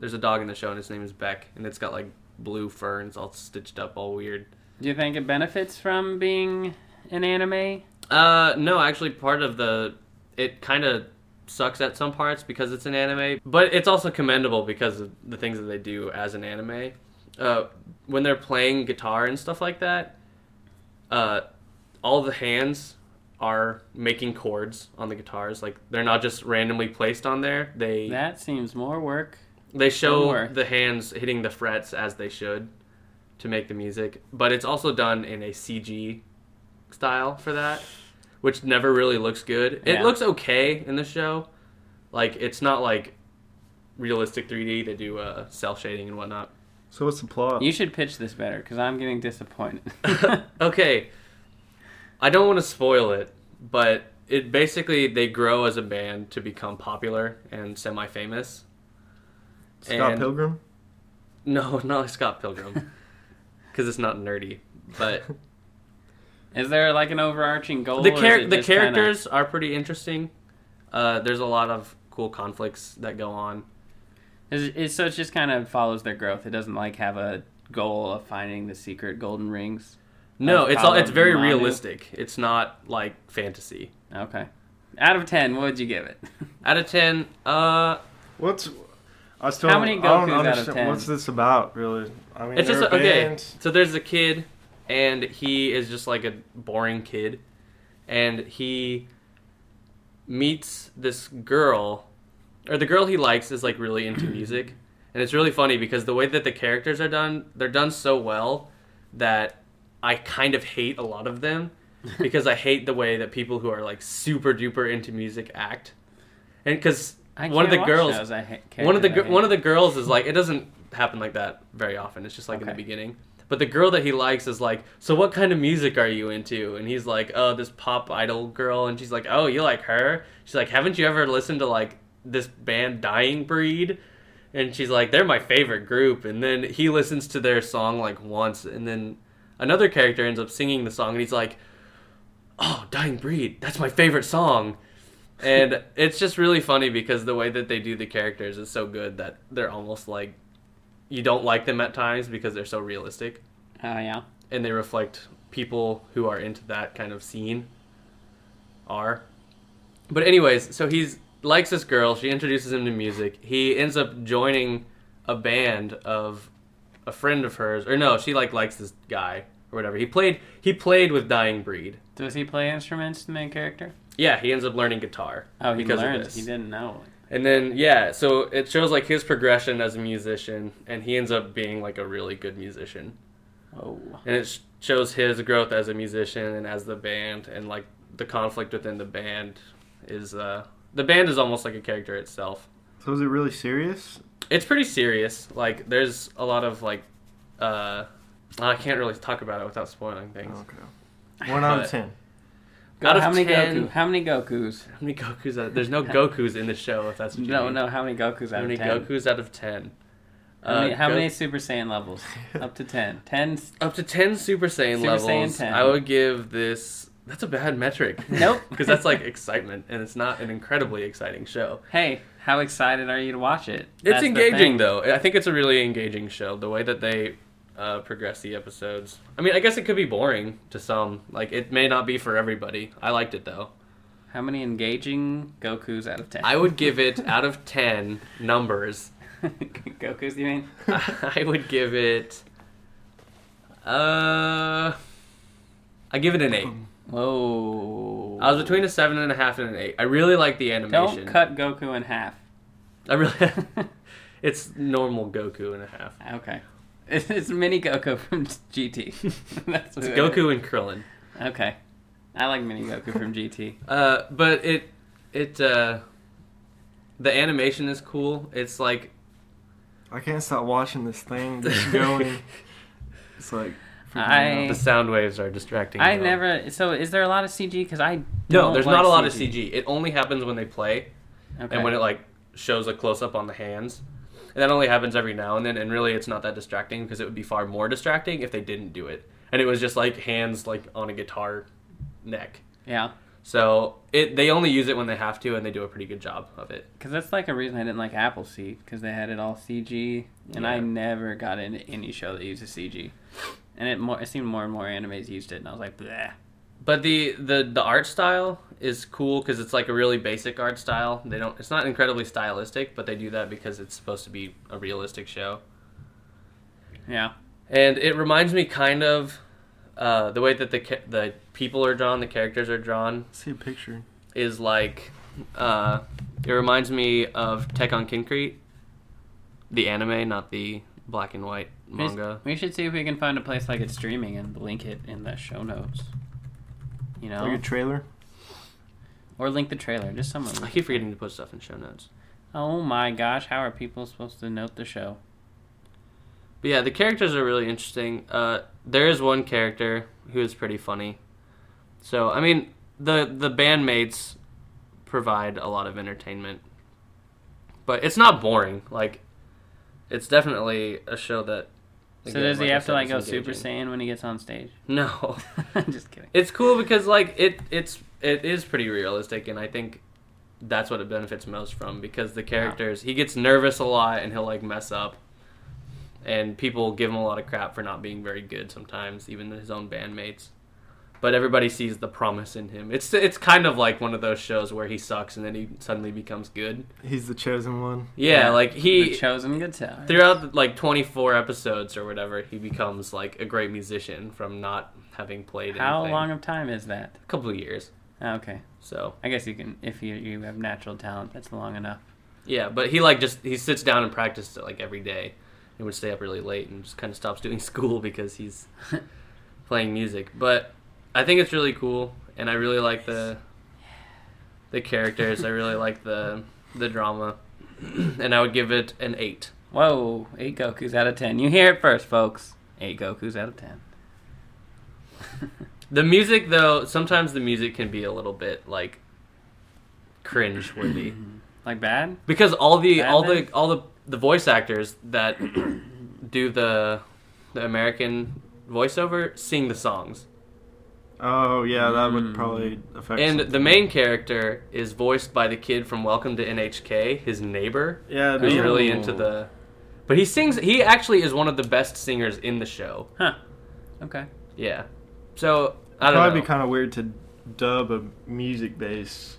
S2: There's a dog in the show, and his name is Beck, and it's got like blue ferns all stitched up, all weird.
S4: Do you think it benefits from being an anime?
S2: Uh, no, actually, part of the it kind of sucks at some parts because it's an anime, but it's also commendable because of the things that they do as an anime. Uh, when they're playing guitar and stuff like that, uh, all the hands are making chords on the guitars. Like they're not just randomly placed on there. They
S4: That seems more work.
S2: they show
S4: Sure.
S2: the hands hitting the frets as they should to make the music, but it's also done in a CG style for that, which never really looks good. It
S4: Yeah.
S2: looks okay in the show. Like it's not like realistic 3D. They do uh, cell shading and whatnot.
S3: So what's the plot?
S4: You should pitch this better because I'm getting disappointed.
S2: okay. I don't want to spoil it, but it basically they grow as a band to become popular and semi-famous.
S3: Scott
S2: and-
S3: Pilgrim.
S2: No, not like Scott Pilgrim, because it's not nerdy. But
S4: is there like an overarching goal?
S2: the
S4: or is
S2: char-
S4: it
S2: the
S4: just kinda-
S2: characters are pretty interesting. Uh, there's a lot of cool conflicts that go on.
S4: Is, is, so it just kind of follows their growth. It doesn't like have a goal of finding the secret golden rings.
S2: No,
S4: Of
S2: it's all it's
S4: Paolo
S2: very
S4: Manu.
S2: realistic. It's not like fantasy.
S4: Okay. Out of ten, what would you give it?
S2: Out of ten, uh,
S3: What's I still
S4: How many
S3: I don't
S4: Gokus out of
S3: understand
S4: 10?
S3: what's this about really. I mean,
S2: it's
S3: they're
S2: just
S3: a
S2: okay.
S3: band.
S2: So there's a kid, and he is just like a boring kid, and he meets this girl, or the girl he likes is like really into music, and it's really funny because the way that the characters are done, they're done so well that I kind of hate a lot of them because I hate the way that people who are like super duper into music act, and because
S4: I
S2: one of
S4: can't
S2: the
S4: watch
S2: girls
S4: those. I ha-
S2: one of the
S4: characters I
S2: gir- one
S4: hate.
S2: of the girls is like it doesn't happen like that very often. It's just like in the
S4: Okay.
S2: beginning. But the girl that he likes is like, so what kind of music are you into? And he's like, oh, this pop idol girl. And she's like, oh, you like her? She's like, haven't you ever listened to like this band Dying Breed? And she's like, they're my favorite group. And then he listens to their song like once, and then another character ends up singing the song, and he's like, oh, Dying Breed, that's my favorite song. And it's just really funny because the way that they do the characters is so good that they're almost like you don't like them at times because they're so realistic
S4: Oh yeah.
S2: and they reflect people who are into that kind of scene are. But anyways, so he's likes this girl, she introduces him to music. He ends up joining a band of a friend of hers or no, she like likes this guy or whatever. He played he played with Dying Breed.
S4: Does he play instruments? The main character.
S2: Yeah, he ends up learning guitar.
S4: Oh, he
S2: because of
S4: learns.
S2: this.
S4: He didn't know.
S2: And then yeah, so it shows like his progression as a musician, and he ends up being like a really good musician.
S4: Oh.
S2: And it sh- shows his growth as a musician and as the band, and like the conflict within the band is uh the band is almost like a character itself.
S3: So is it really serious?
S2: It's pretty serious. Like there's a lot of like uh I can't really talk about it without spoiling
S4: Oh,
S2: things.
S3: Okay. One out
S2: But-
S3: of ten.
S4: Go-
S2: Out of
S4: how many
S2: 10
S4: Goku? How many Gokus?
S2: How many Goku's? Out- there's no Goku's in the show if that's what you
S4: No,
S2: mean.
S4: no. How many Gokus
S2: How
S4: out
S2: many
S4: of ten?
S2: Goku's out of ten?
S4: How, many,
S2: Uh,
S4: how
S2: Go-
S4: many Super Saiyan levels? Up to ten. Ten.
S2: up to 10 super saiyan
S4: Super
S2: levels
S4: Saiyan 10.
S2: i would give this that's a bad metric
S4: Nope.
S2: because that's like excitement and it's not an incredibly exciting show
S4: Hey, how excited are you to watch it?
S2: it's
S4: That's the
S2: engaging
S4: thing.
S2: though i think it's a really engaging show the way that they uh, progress the episodes i mean i guess it could be boring to some like it may not be for everybody i liked it though
S4: How many engaging Gokus out of ten?
S2: i would give it out of 10 numbers
S4: Gokus, you mean?
S2: i would give it uh i give it an 8
S4: Whoa.
S2: I was between a seven and a half and an eight. I really like the animation.
S4: Don't cut Goku in half.
S2: I really. It's normal Goku and a half.
S4: Okay. It's, it's Mini Goku from GT. That's
S2: It's
S4: who it
S2: Goku and Krillin.
S4: is. Okay. I like Mini Goku from GT.
S2: Uh, but it it uh, the animation is cool. It's like
S3: I can't stop watching this thing just going. it's like freaking me
S4: I
S2: the sound waves are distracting.
S4: I
S2: you.
S4: never. So is there a lot of CG? Because I
S2: No,
S4: don't
S2: there's
S4: like
S2: not a lot of CG. It only happens when they play
S4: Okay.
S2: and when it like shows a close up on the hands. And that only happens every now and then and really it's not that distracting because it would be far more distracting if they didn't do it. And it was just like hands like on a guitar neck.
S4: yeah,
S2: So it they only use it when they have to and they do a pretty good job of it.
S4: because that's like a reason I didn't like Appleseed because they had it all CG, and I
S2: Yeah.
S4: never got into any show that uses CG. And it more it seemed more and more animes used it, and I was like, bleh.
S2: But the the the art style is cool because it's like a really basic art style. They don't. It's not incredibly stylistic, but they do that because it's supposed to be a realistic show.
S4: Yeah.
S2: And it reminds me kind of uh, the way that the ca- the people are drawn, the characters are drawn,
S3: see a picture.
S2: is like uh, it reminds me of Tech on Concrete, the anime, not the black and white
S4: We s-
S2: manga.
S4: We should see if we can find a place like it's streaming and link it in the show notes. You know,
S3: Like a trailer.
S4: or link the trailer. Just someone.
S2: I keep forgetting to put stuff in show notes.
S4: Oh my gosh, how are people supposed to note the show?
S2: But yeah, the characters are really interesting. Uh, there is one character who is pretty funny. So I mean, the the bandmates provide a lot of entertainment, but it's not boring. Like, it's definitely a show that.
S4: so
S2: again,
S4: does he
S2: I
S4: have
S2: said,
S4: to like
S2: is
S4: go Super
S2: engaging.
S4: Saiyan when he gets on stage?
S2: No,
S4: Just kidding.
S2: it's cool because like it it's it is pretty realistic, and I think that's what it benefits most from because the characters he gets nervous a lot and he'll like mess up, and people give him a lot of crap for not being very good sometimes, even his own bandmates. But everybody sees the promise in him. It's it's kind of like one of those shows where he sucks and then he suddenly becomes good.
S3: He's the chosen one.
S2: Yeah, like he
S4: the chosen guitar.
S2: throughout like 24 episodes or whatever, he becomes like a great musician from not having played
S4: How
S2: anything.
S4: long of time is that?
S2: A couple of years.
S4: Oh, okay,
S2: So
S4: I guess you can if you you have natural talent. That's long enough.
S2: yeah, but he like just he sits down and practices it like every day, and would stay up really late and just kind of stops doing school because he's playing music. But I think it's really cool, and I really like the the characters. I really like the the drama, and I would give it an eight.
S4: Whoa, eight Goku's out of ten. You hear it first, folks. Eight Goku's out of ten.
S2: The music though, sometimes the music can be a little bit like cringe worthy.
S4: Like bad?
S2: because all the all the
S4: Batman?
S2: all the the voice actors that do the the American voiceover sing the songs,
S3: Oh yeah, that would probably affect.
S2: Hmm. and
S3: something.
S2: the main character is voiced by the kid from Welcome to NHK, his neighbor,
S3: yeah, it'd
S2: who's
S3: be-
S2: really into the. But he sings. He actually is one of the best singers in the show.
S4: Huh. Okay.
S2: Yeah, so I don't
S3: probably
S2: know.
S3: be kind of weird to dub a music-based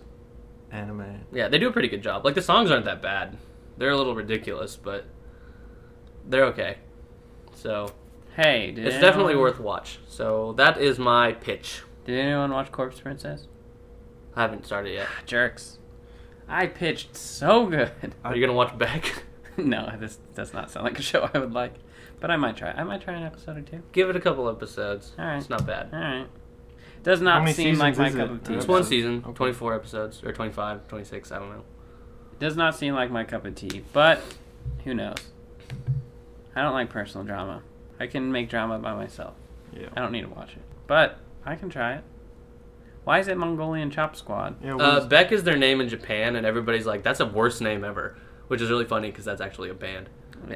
S3: anime.
S2: yeah, they do a pretty good job. Like the songs aren't that bad. They're a little ridiculous, but they're okay. So
S4: Hey, did
S2: it's
S4: anyone-
S2: definitely worth watch. So that is my pitch.
S4: Did anyone watch Corpse Princess? Ah,
S2: I haven't started yet.
S4: Jerks. I pitched so good.
S2: Are you gonna watch Beck?
S4: no, this does not sound like a show I would like, but I might try. I might try an episode or two.
S2: Give it a couple episodes.
S4: All right.
S2: It's not bad.
S4: All right. Does
S3: How
S4: not
S3: many
S4: seem like my
S3: seasons is
S4: cup
S3: it?
S4: of tea.
S2: It's
S3: Okay.
S2: one season,
S3: Okay.
S2: 24 episodes, or 25, 26, I don't know.
S4: Does not seem like my cup of tea, but who knows? I don't like personal drama. I can make drama by myself.
S3: Yeah.
S4: I don't need to watch it, but I can try it. Why is it Mongolian Chop Squad?
S3: Yeah. what
S2: Uh,
S3: is-
S2: Beck is their name in Japan, and everybody's like, that's the worst name ever, which is really funny because that's actually a band.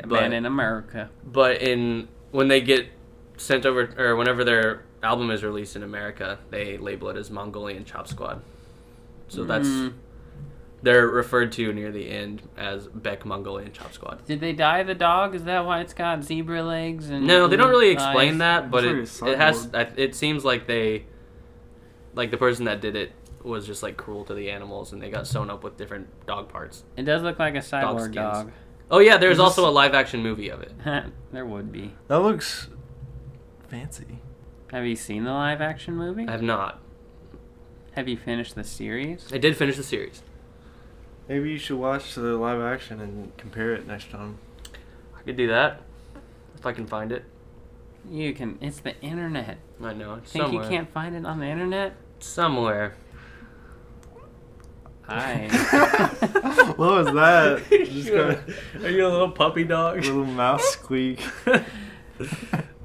S4: Man in America.
S2: But in when they get sent over, or whenever their album is released in America, they label it as Mongolian Chop Squad. So that's
S4: Mm.
S2: they're referred to near the end as Beck Mongolian Chop Squad.
S4: Did they dye the dog? Is that why it's got zebra legs and
S2: No, they don't really
S4: eyes?
S2: explain that, but it,
S3: It's like a
S2: it has.
S3: cyborg.
S2: I, it seems like they, like the person that did it, was just like cruel to the animals, and they got sewn up with different dog parts.
S4: It does look like a cyborg
S2: skins.
S4: dog.
S2: Oh yeah, there's
S3: Is this-
S2: also a live action movie of it.
S4: there would be.
S3: that looks fancy.
S4: Have you seen the live action movie?
S2: I have not.
S4: Have you finished the series?
S2: I did finish the series.
S3: Maybe you should watch the live action and compare it next time.
S2: I could do that if I can find it.
S4: You can. It's the internet.
S2: I know it's
S4: Think
S2: somewhere.
S4: you can't find it on the internet?
S2: Somewhere.
S4: Hi.
S3: what was that? Uh, Just
S2: Sure.
S3: got a
S2: Are you a little puppy dog?
S3: little mouse squeak.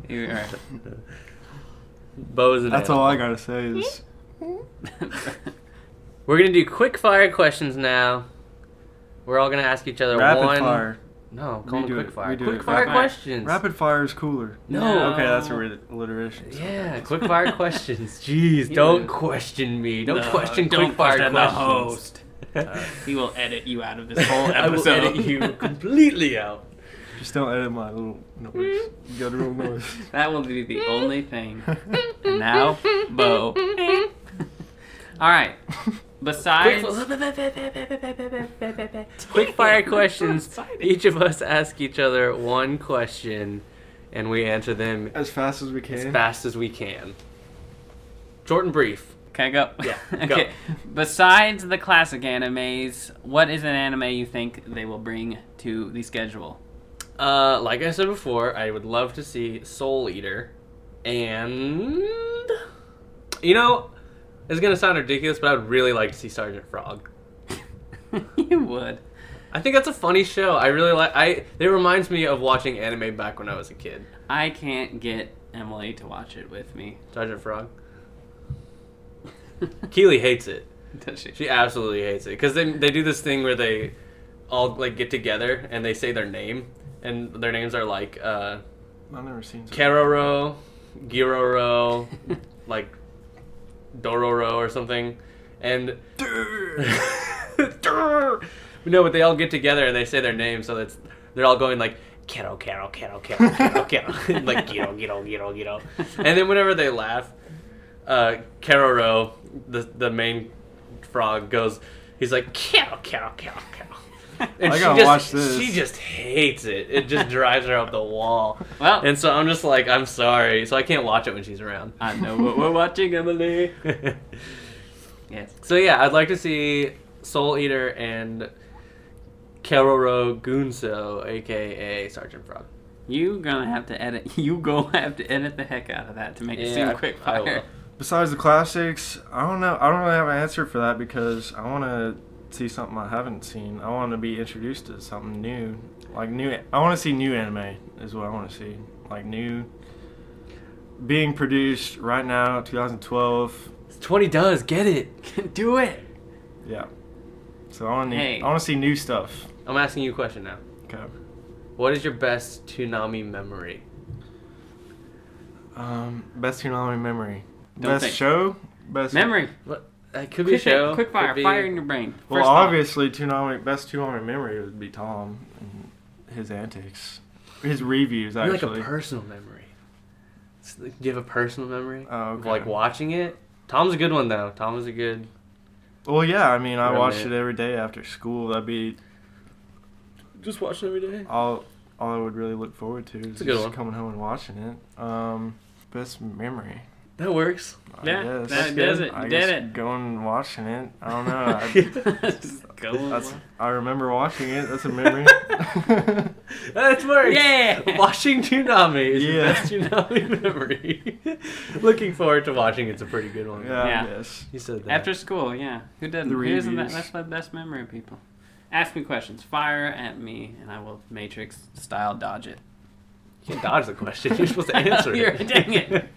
S4: You are-
S2: Bo's an
S3: That's
S2: animal.
S3: all I gotta say is
S2: Hmm? We're gonna do quick fire questions now. We're all gonna ask each other
S3: rapid
S2: one.
S3: fire.
S2: No,
S3: We
S2: call them
S3: do
S2: quick
S3: it.
S2: fire.
S3: We do
S2: Quick
S3: it.
S2: fire
S4: Rapid-
S2: questions.
S3: Rapid fire is cooler.
S2: No.
S3: Okay, that's a weird alliteration. so
S2: Yeah,
S3: that's-
S2: quick fire questions. Jeez, don't question me. Don't
S4: No,
S2: question
S4: don't
S2: quick fire
S4: question the Uh,
S2: questions.
S4: he will edit you out of this whole
S2: I will
S4: episode.
S2: edit you completely out.
S3: Just don't edit my little noise.
S2: Hmm?
S3: Guttural noise.
S4: That will be the only thing. And now, Bo. All right.
S2: Quick,
S4: Besides,
S2: quick fire questions. Each of us ask each other one question, and we answer them
S3: As fast as we
S2: as
S3: can.
S2: fast as we can. Short and brief.
S4: can I go?
S2: Yeah,
S4: okay.
S2: go.
S4: Besides the classic animes, what is an anime you think they will bring to the schedule?
S2: Uh, like I said before, I would love to see Soul Eater, and you know, it's gonna sound ridiculous, but I would really like to see Sergeant Frog.
S4: you would.
S2: I think that's a funny show. I really like. I it reminds me of watching anime back when I was a kid.
S4: I can't get Emily to watch it with me.
S2: Sergeant Frog. Keely hates it.
S4: Does she?
S2: She absolutely hates it because they they do this thing where they all like get together and they say their name, and their names are like uh,
S3: I've never seen something.
S2: Keroro, Giroro, like Dororo or something, and no, but they all get together and they say their name, so that's they're all going like Kero Kero Kero Kero Kero Kero like Giro Giro Giro Giro, and then whenever they laugh, uh, Keroro, the the main frog, goes, he's like Kero Kero Kero Kero. And
S3: I
S2: she
S3: gotta
S2: just,
S3: watch this.
S2: She just hates it. It just drives her up the wall.
S4: Well,
S2: And so I'm just like, I'm sorry. So I can't watch it when she's around.
S4: I know what we're watching, Emily. Yes.
S2: so yeah, I'd like to see Soul Eater and Keroro Gunso, aka Sergeant Frog.
S4: You gonna have to edit. You go have to edit the heck out of that to make it
S2: Yeah, I-
S4: seem quick
S2: I
S4: fire.
S3: Besides the classics, I don't know. I don't really have an answer for that because I want to see something I haven't seen. I want to be introduced to something new, like new. I want to see new anime is what I want to see, like new. Being produced right now, 2012.
S2: It's 20 does, get it.
S4: Do it.
S3: Yeah. So I want to.
S4: Hey.
S3: I want to see new stuff.
S2: I'm asking you a question now.
S3: Okay.
S2: What is your best Toonami memory?
S3: Um, best tsunami memory.
S4: Don't
S3: best
S4: think.
S3: show. Best
S4: Memory.
S2: What? It could be
S4: Quick,
S2: a show.
S4: quick
S2: could
S4: fire.
S2: be-
S4: Fire in your brain.
S3: Well,
S4: First off.
S3: obviously, Toonami, best Toonami memory would be Tom and his antics, his reviews
S2: You're like
S3: actually.
S2: a personal memory. It's like- Do you have a personal memory?
S3: Oh,
S2: Of
S3: okay.
S2: like watching it? Tom's a good one though. Tom was a good.
S3: well, yeah, I mean, I
S2: Really?
S3: watched it every day after school. That'd be
S2: Just watching every day.
S3: all. All I would really look forward to is
S2: a good
S3: just
S2: one.
S3: coming home and watching it. Um, best memory.
S2: That works.
S3: I
S4: Yeah,
S3: guess.
S4: that does it.
S3: I
S4: You
S3: guess
S4: did it.
S3: Going and watching it. I don't know.
S4: Just go.
S3: I, that's, I remember watching it. That's a memory.
S2: That's works.
S4: Yeah.
S2: Watching Toonami is your
S3: Yeah.
S2: best Toonami memory. Looking forward to watching. It's a pretty good one.
S3: yeah,
S4: Yeah.
S3: I guess.
S2: You said that.
S4: After school, yeah. Who doesn't?
S3: The
S4: Who isn't that?
S3: reviews.
S4: That's my best memory, people. Ask me questions. Fire at me, and I will Matrix style dodge it.
S2: you can't dodge the question. You're supposed to answer
S4: You're-
S2: it.
S4: dang it.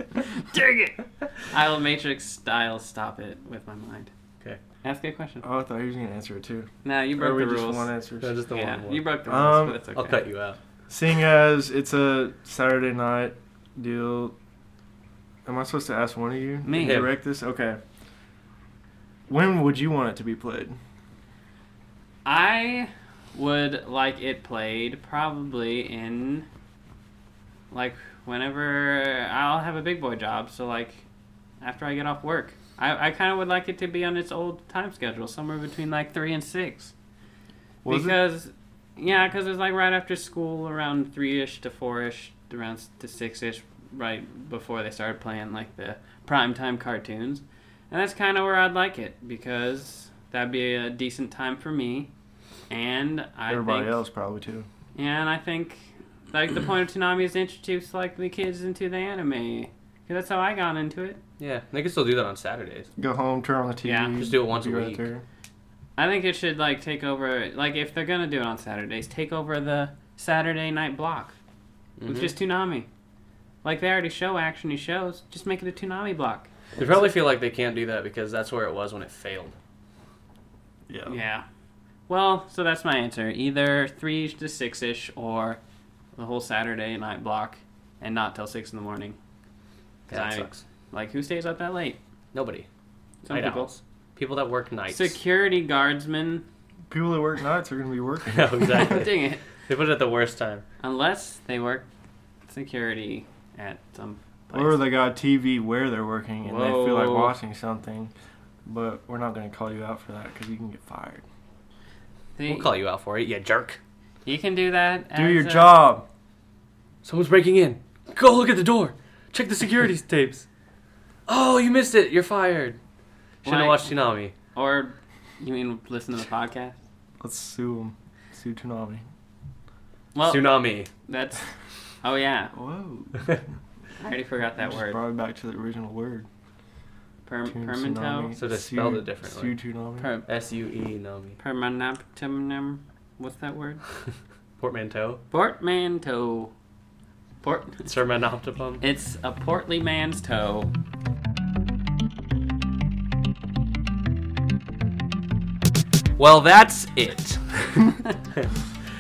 S4: Dang it! I will Matrix style stop it with my mind.
S2: Okay.
S4: Ask a question.
S3: Oh, I thought he was gonna answer it too.
S4: No, you
S3: Or
S4: broke
S3: we
S4: the
S3: just
S4: rules.
S3: want answers.
S2: No, just the
S4: yeah,
S2: one. more.
S4: you broke the rules,
S3: Um,
S4: but it's okay.
S2: I'll cut you out.
S3: Seeing as it's a Saturday night deal, am I supposed to ask one of you
S4: Me.
S3: to direct this? Okay. When would you want it to be played?
S4: I would like it played probably in like whenever I'll have a big boy job, so like after I get off work. I, I kind of would like it to be on its old time schedule, somewhere between like 3 and 6.
S3: Was it?
S4: because yeah, because it's like right after school, around three ish to four ish, around s- to six ish, right before they started playing like the primetime cartoons, and that's kind of where I'd like it because that'd be a decent time for me And I
S3: Everybody
S4: think,
S3: else probably too.
S4: Yeah, and I think like the point of Toonami is to introduce like the kids into the anime. 'Cause that's how I got into it.
S2: Yeah, they can still do that on Saturdays.
S3: Go home, turn on the TV.
S4: Yeah,
S2: just do it once a
S3: be
S2: week.
S3: there.
S4: I think it should like take over. Like if they're gonna do it on Saturdays, take over the Saturday night block with
S2: Mhm.
S4: just Toonami. Like they already show actiony shows, just make it a Toonami block.
S2: They probably feel like they can't do that because that's where it was when it failed.
S3: Yeah.
S4: Yeah. Well, so that's my answer. Either three to six ish, or the whole Saturday night block, and not till six in the morning. 'Cause
S2: That
S4: I-
S2: sucks.
S4: Like who stays up that late?
S2: Nobody.
S4: Some
S2: Night
S4: people.
S2: owls. People that work nights.
S4: Security guardsmen.
S3: People that work nights are gonna be working.
S2: no, exactly.
S4: Dang it.
S2: they put it at the worst time.
S4: Unless they work security at some place.
S3: Or they got TV where they're working and they feel like
S4: Whoa.
S3: watching something, but we're not gonna call you out for that because you can get fired.
S4: They-
S2: We'll call you out for it, you jerk.
S4: You can do that.
S3: Do
S4: as
S3: your
S4: a-
S3: job.
S2: Someone's breaking in. Go look at the door. Check the security tapes. Oh, you missed it. You're fired. Should have
S4: Why-
S2: watched Tsunami.
S4: Or you mean listen to the podcast?
S3: Let's sue them. Sue Toonami.
S4: Well,
S2: Tsunami.
S4: that's. Oh yeah,
S3: Whoa.
S4: I already forgot that
S3: Just
S4: word.
S3: Brought it back to the original word.
S4: Per,
S3: Tune
S4: permento.
S3: tsunami.
S2: So they
S3: Sue-
S2: spelled it differently.
S3: Sue Toonami.
S4: Per,
S2: S U E Nami.
S4: permanentum. What's that word?
S2: Portmanteau.
S4: Portmanteau. Port.
S2: Sermonoptipum.
S4: It's a portly man's toe.
S2: Well, that's it.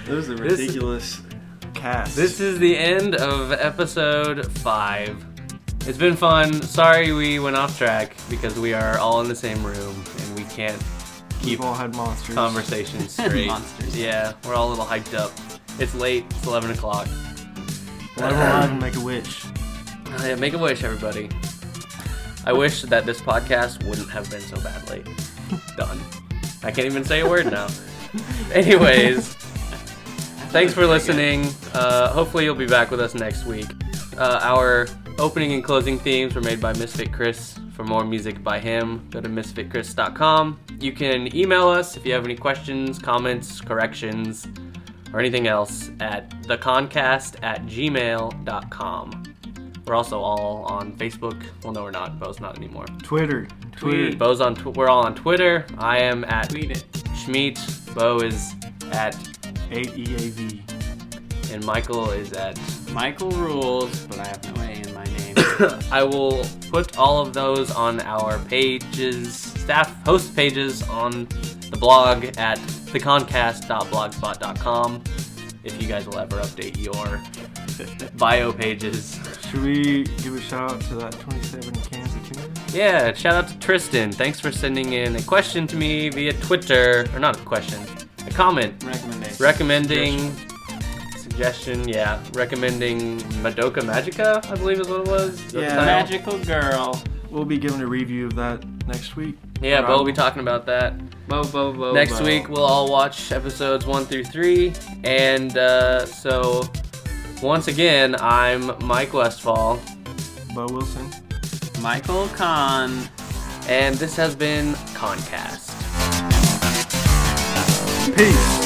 S3: Those are
S2: This-
S3: ridiculous cast.
S2: This is the end of episode five. It's been fun. Sorry we went off track because we are all in the same room and we can't keep
S3: We've all had monsters.
S2: conversations straight.
S4: Monsters.
S2: Yeah, we're all a little hyped up. It's late. It's 11 o'clock.
S3: Let them alive and make a witch.
S2: Uh, yeah, make a wish, everybody. I wish that this podcast wouldn't have been so badly done. I can't even say a word now. Anyways, thanks for listening. Uh, hopefully, you'll be back with us next week. Uh, our opening and closing themes were made by Misfit Chris. For more music by him, go to misfitchris.com. You can email us if you have any questions, comments, corrections, or anything else at theconcast at gmail.com. We're also all on Facebook. Well, no, we're not. Bo's not anymore.
S3: Twitter. Twitter.
S4: Tweet.
S2: Bo's on. Tw- we're all on Twitter. I am at
S4: Tweet it.
S2: Schmeet. Bo is at,
S3: E A-E-A-V.
S2: and Michael is at.
S4: Michael rules, but I have no A in my name.
S2: I will put all of those on our pages, staff host pages on the blog at theconcast.blogspot.com. If you guys will ever update your bio pages.
S3: Should we give a shout out to that 27 Kansas team?
S2: Yeah, shout out to Tristan. Thanks for sending in a question to me via Twitter, or not a question, a comment
S4: Recommendation.
S2: recommending suggestion. Yeah, recommending Madoka Magica, I believe is what it was. Is that the
S3: Yeah.
S2: title?
S4: Magical girl.
S3: We'll be giving a review of that next week.
S2: Yeah,
S3: Or
S2: but
S3: I'll-
S2: we'll be talking about that
S4: Bo bo bo.
S2: next
S4: bo.
S2: week. We'll all watch episodes one through three, and uh, so once again, I'm Mike Westfall,
S3: Bo Wilson.
S4: Michael Kahn.
S2: and this has been Concast.
S3: Peace.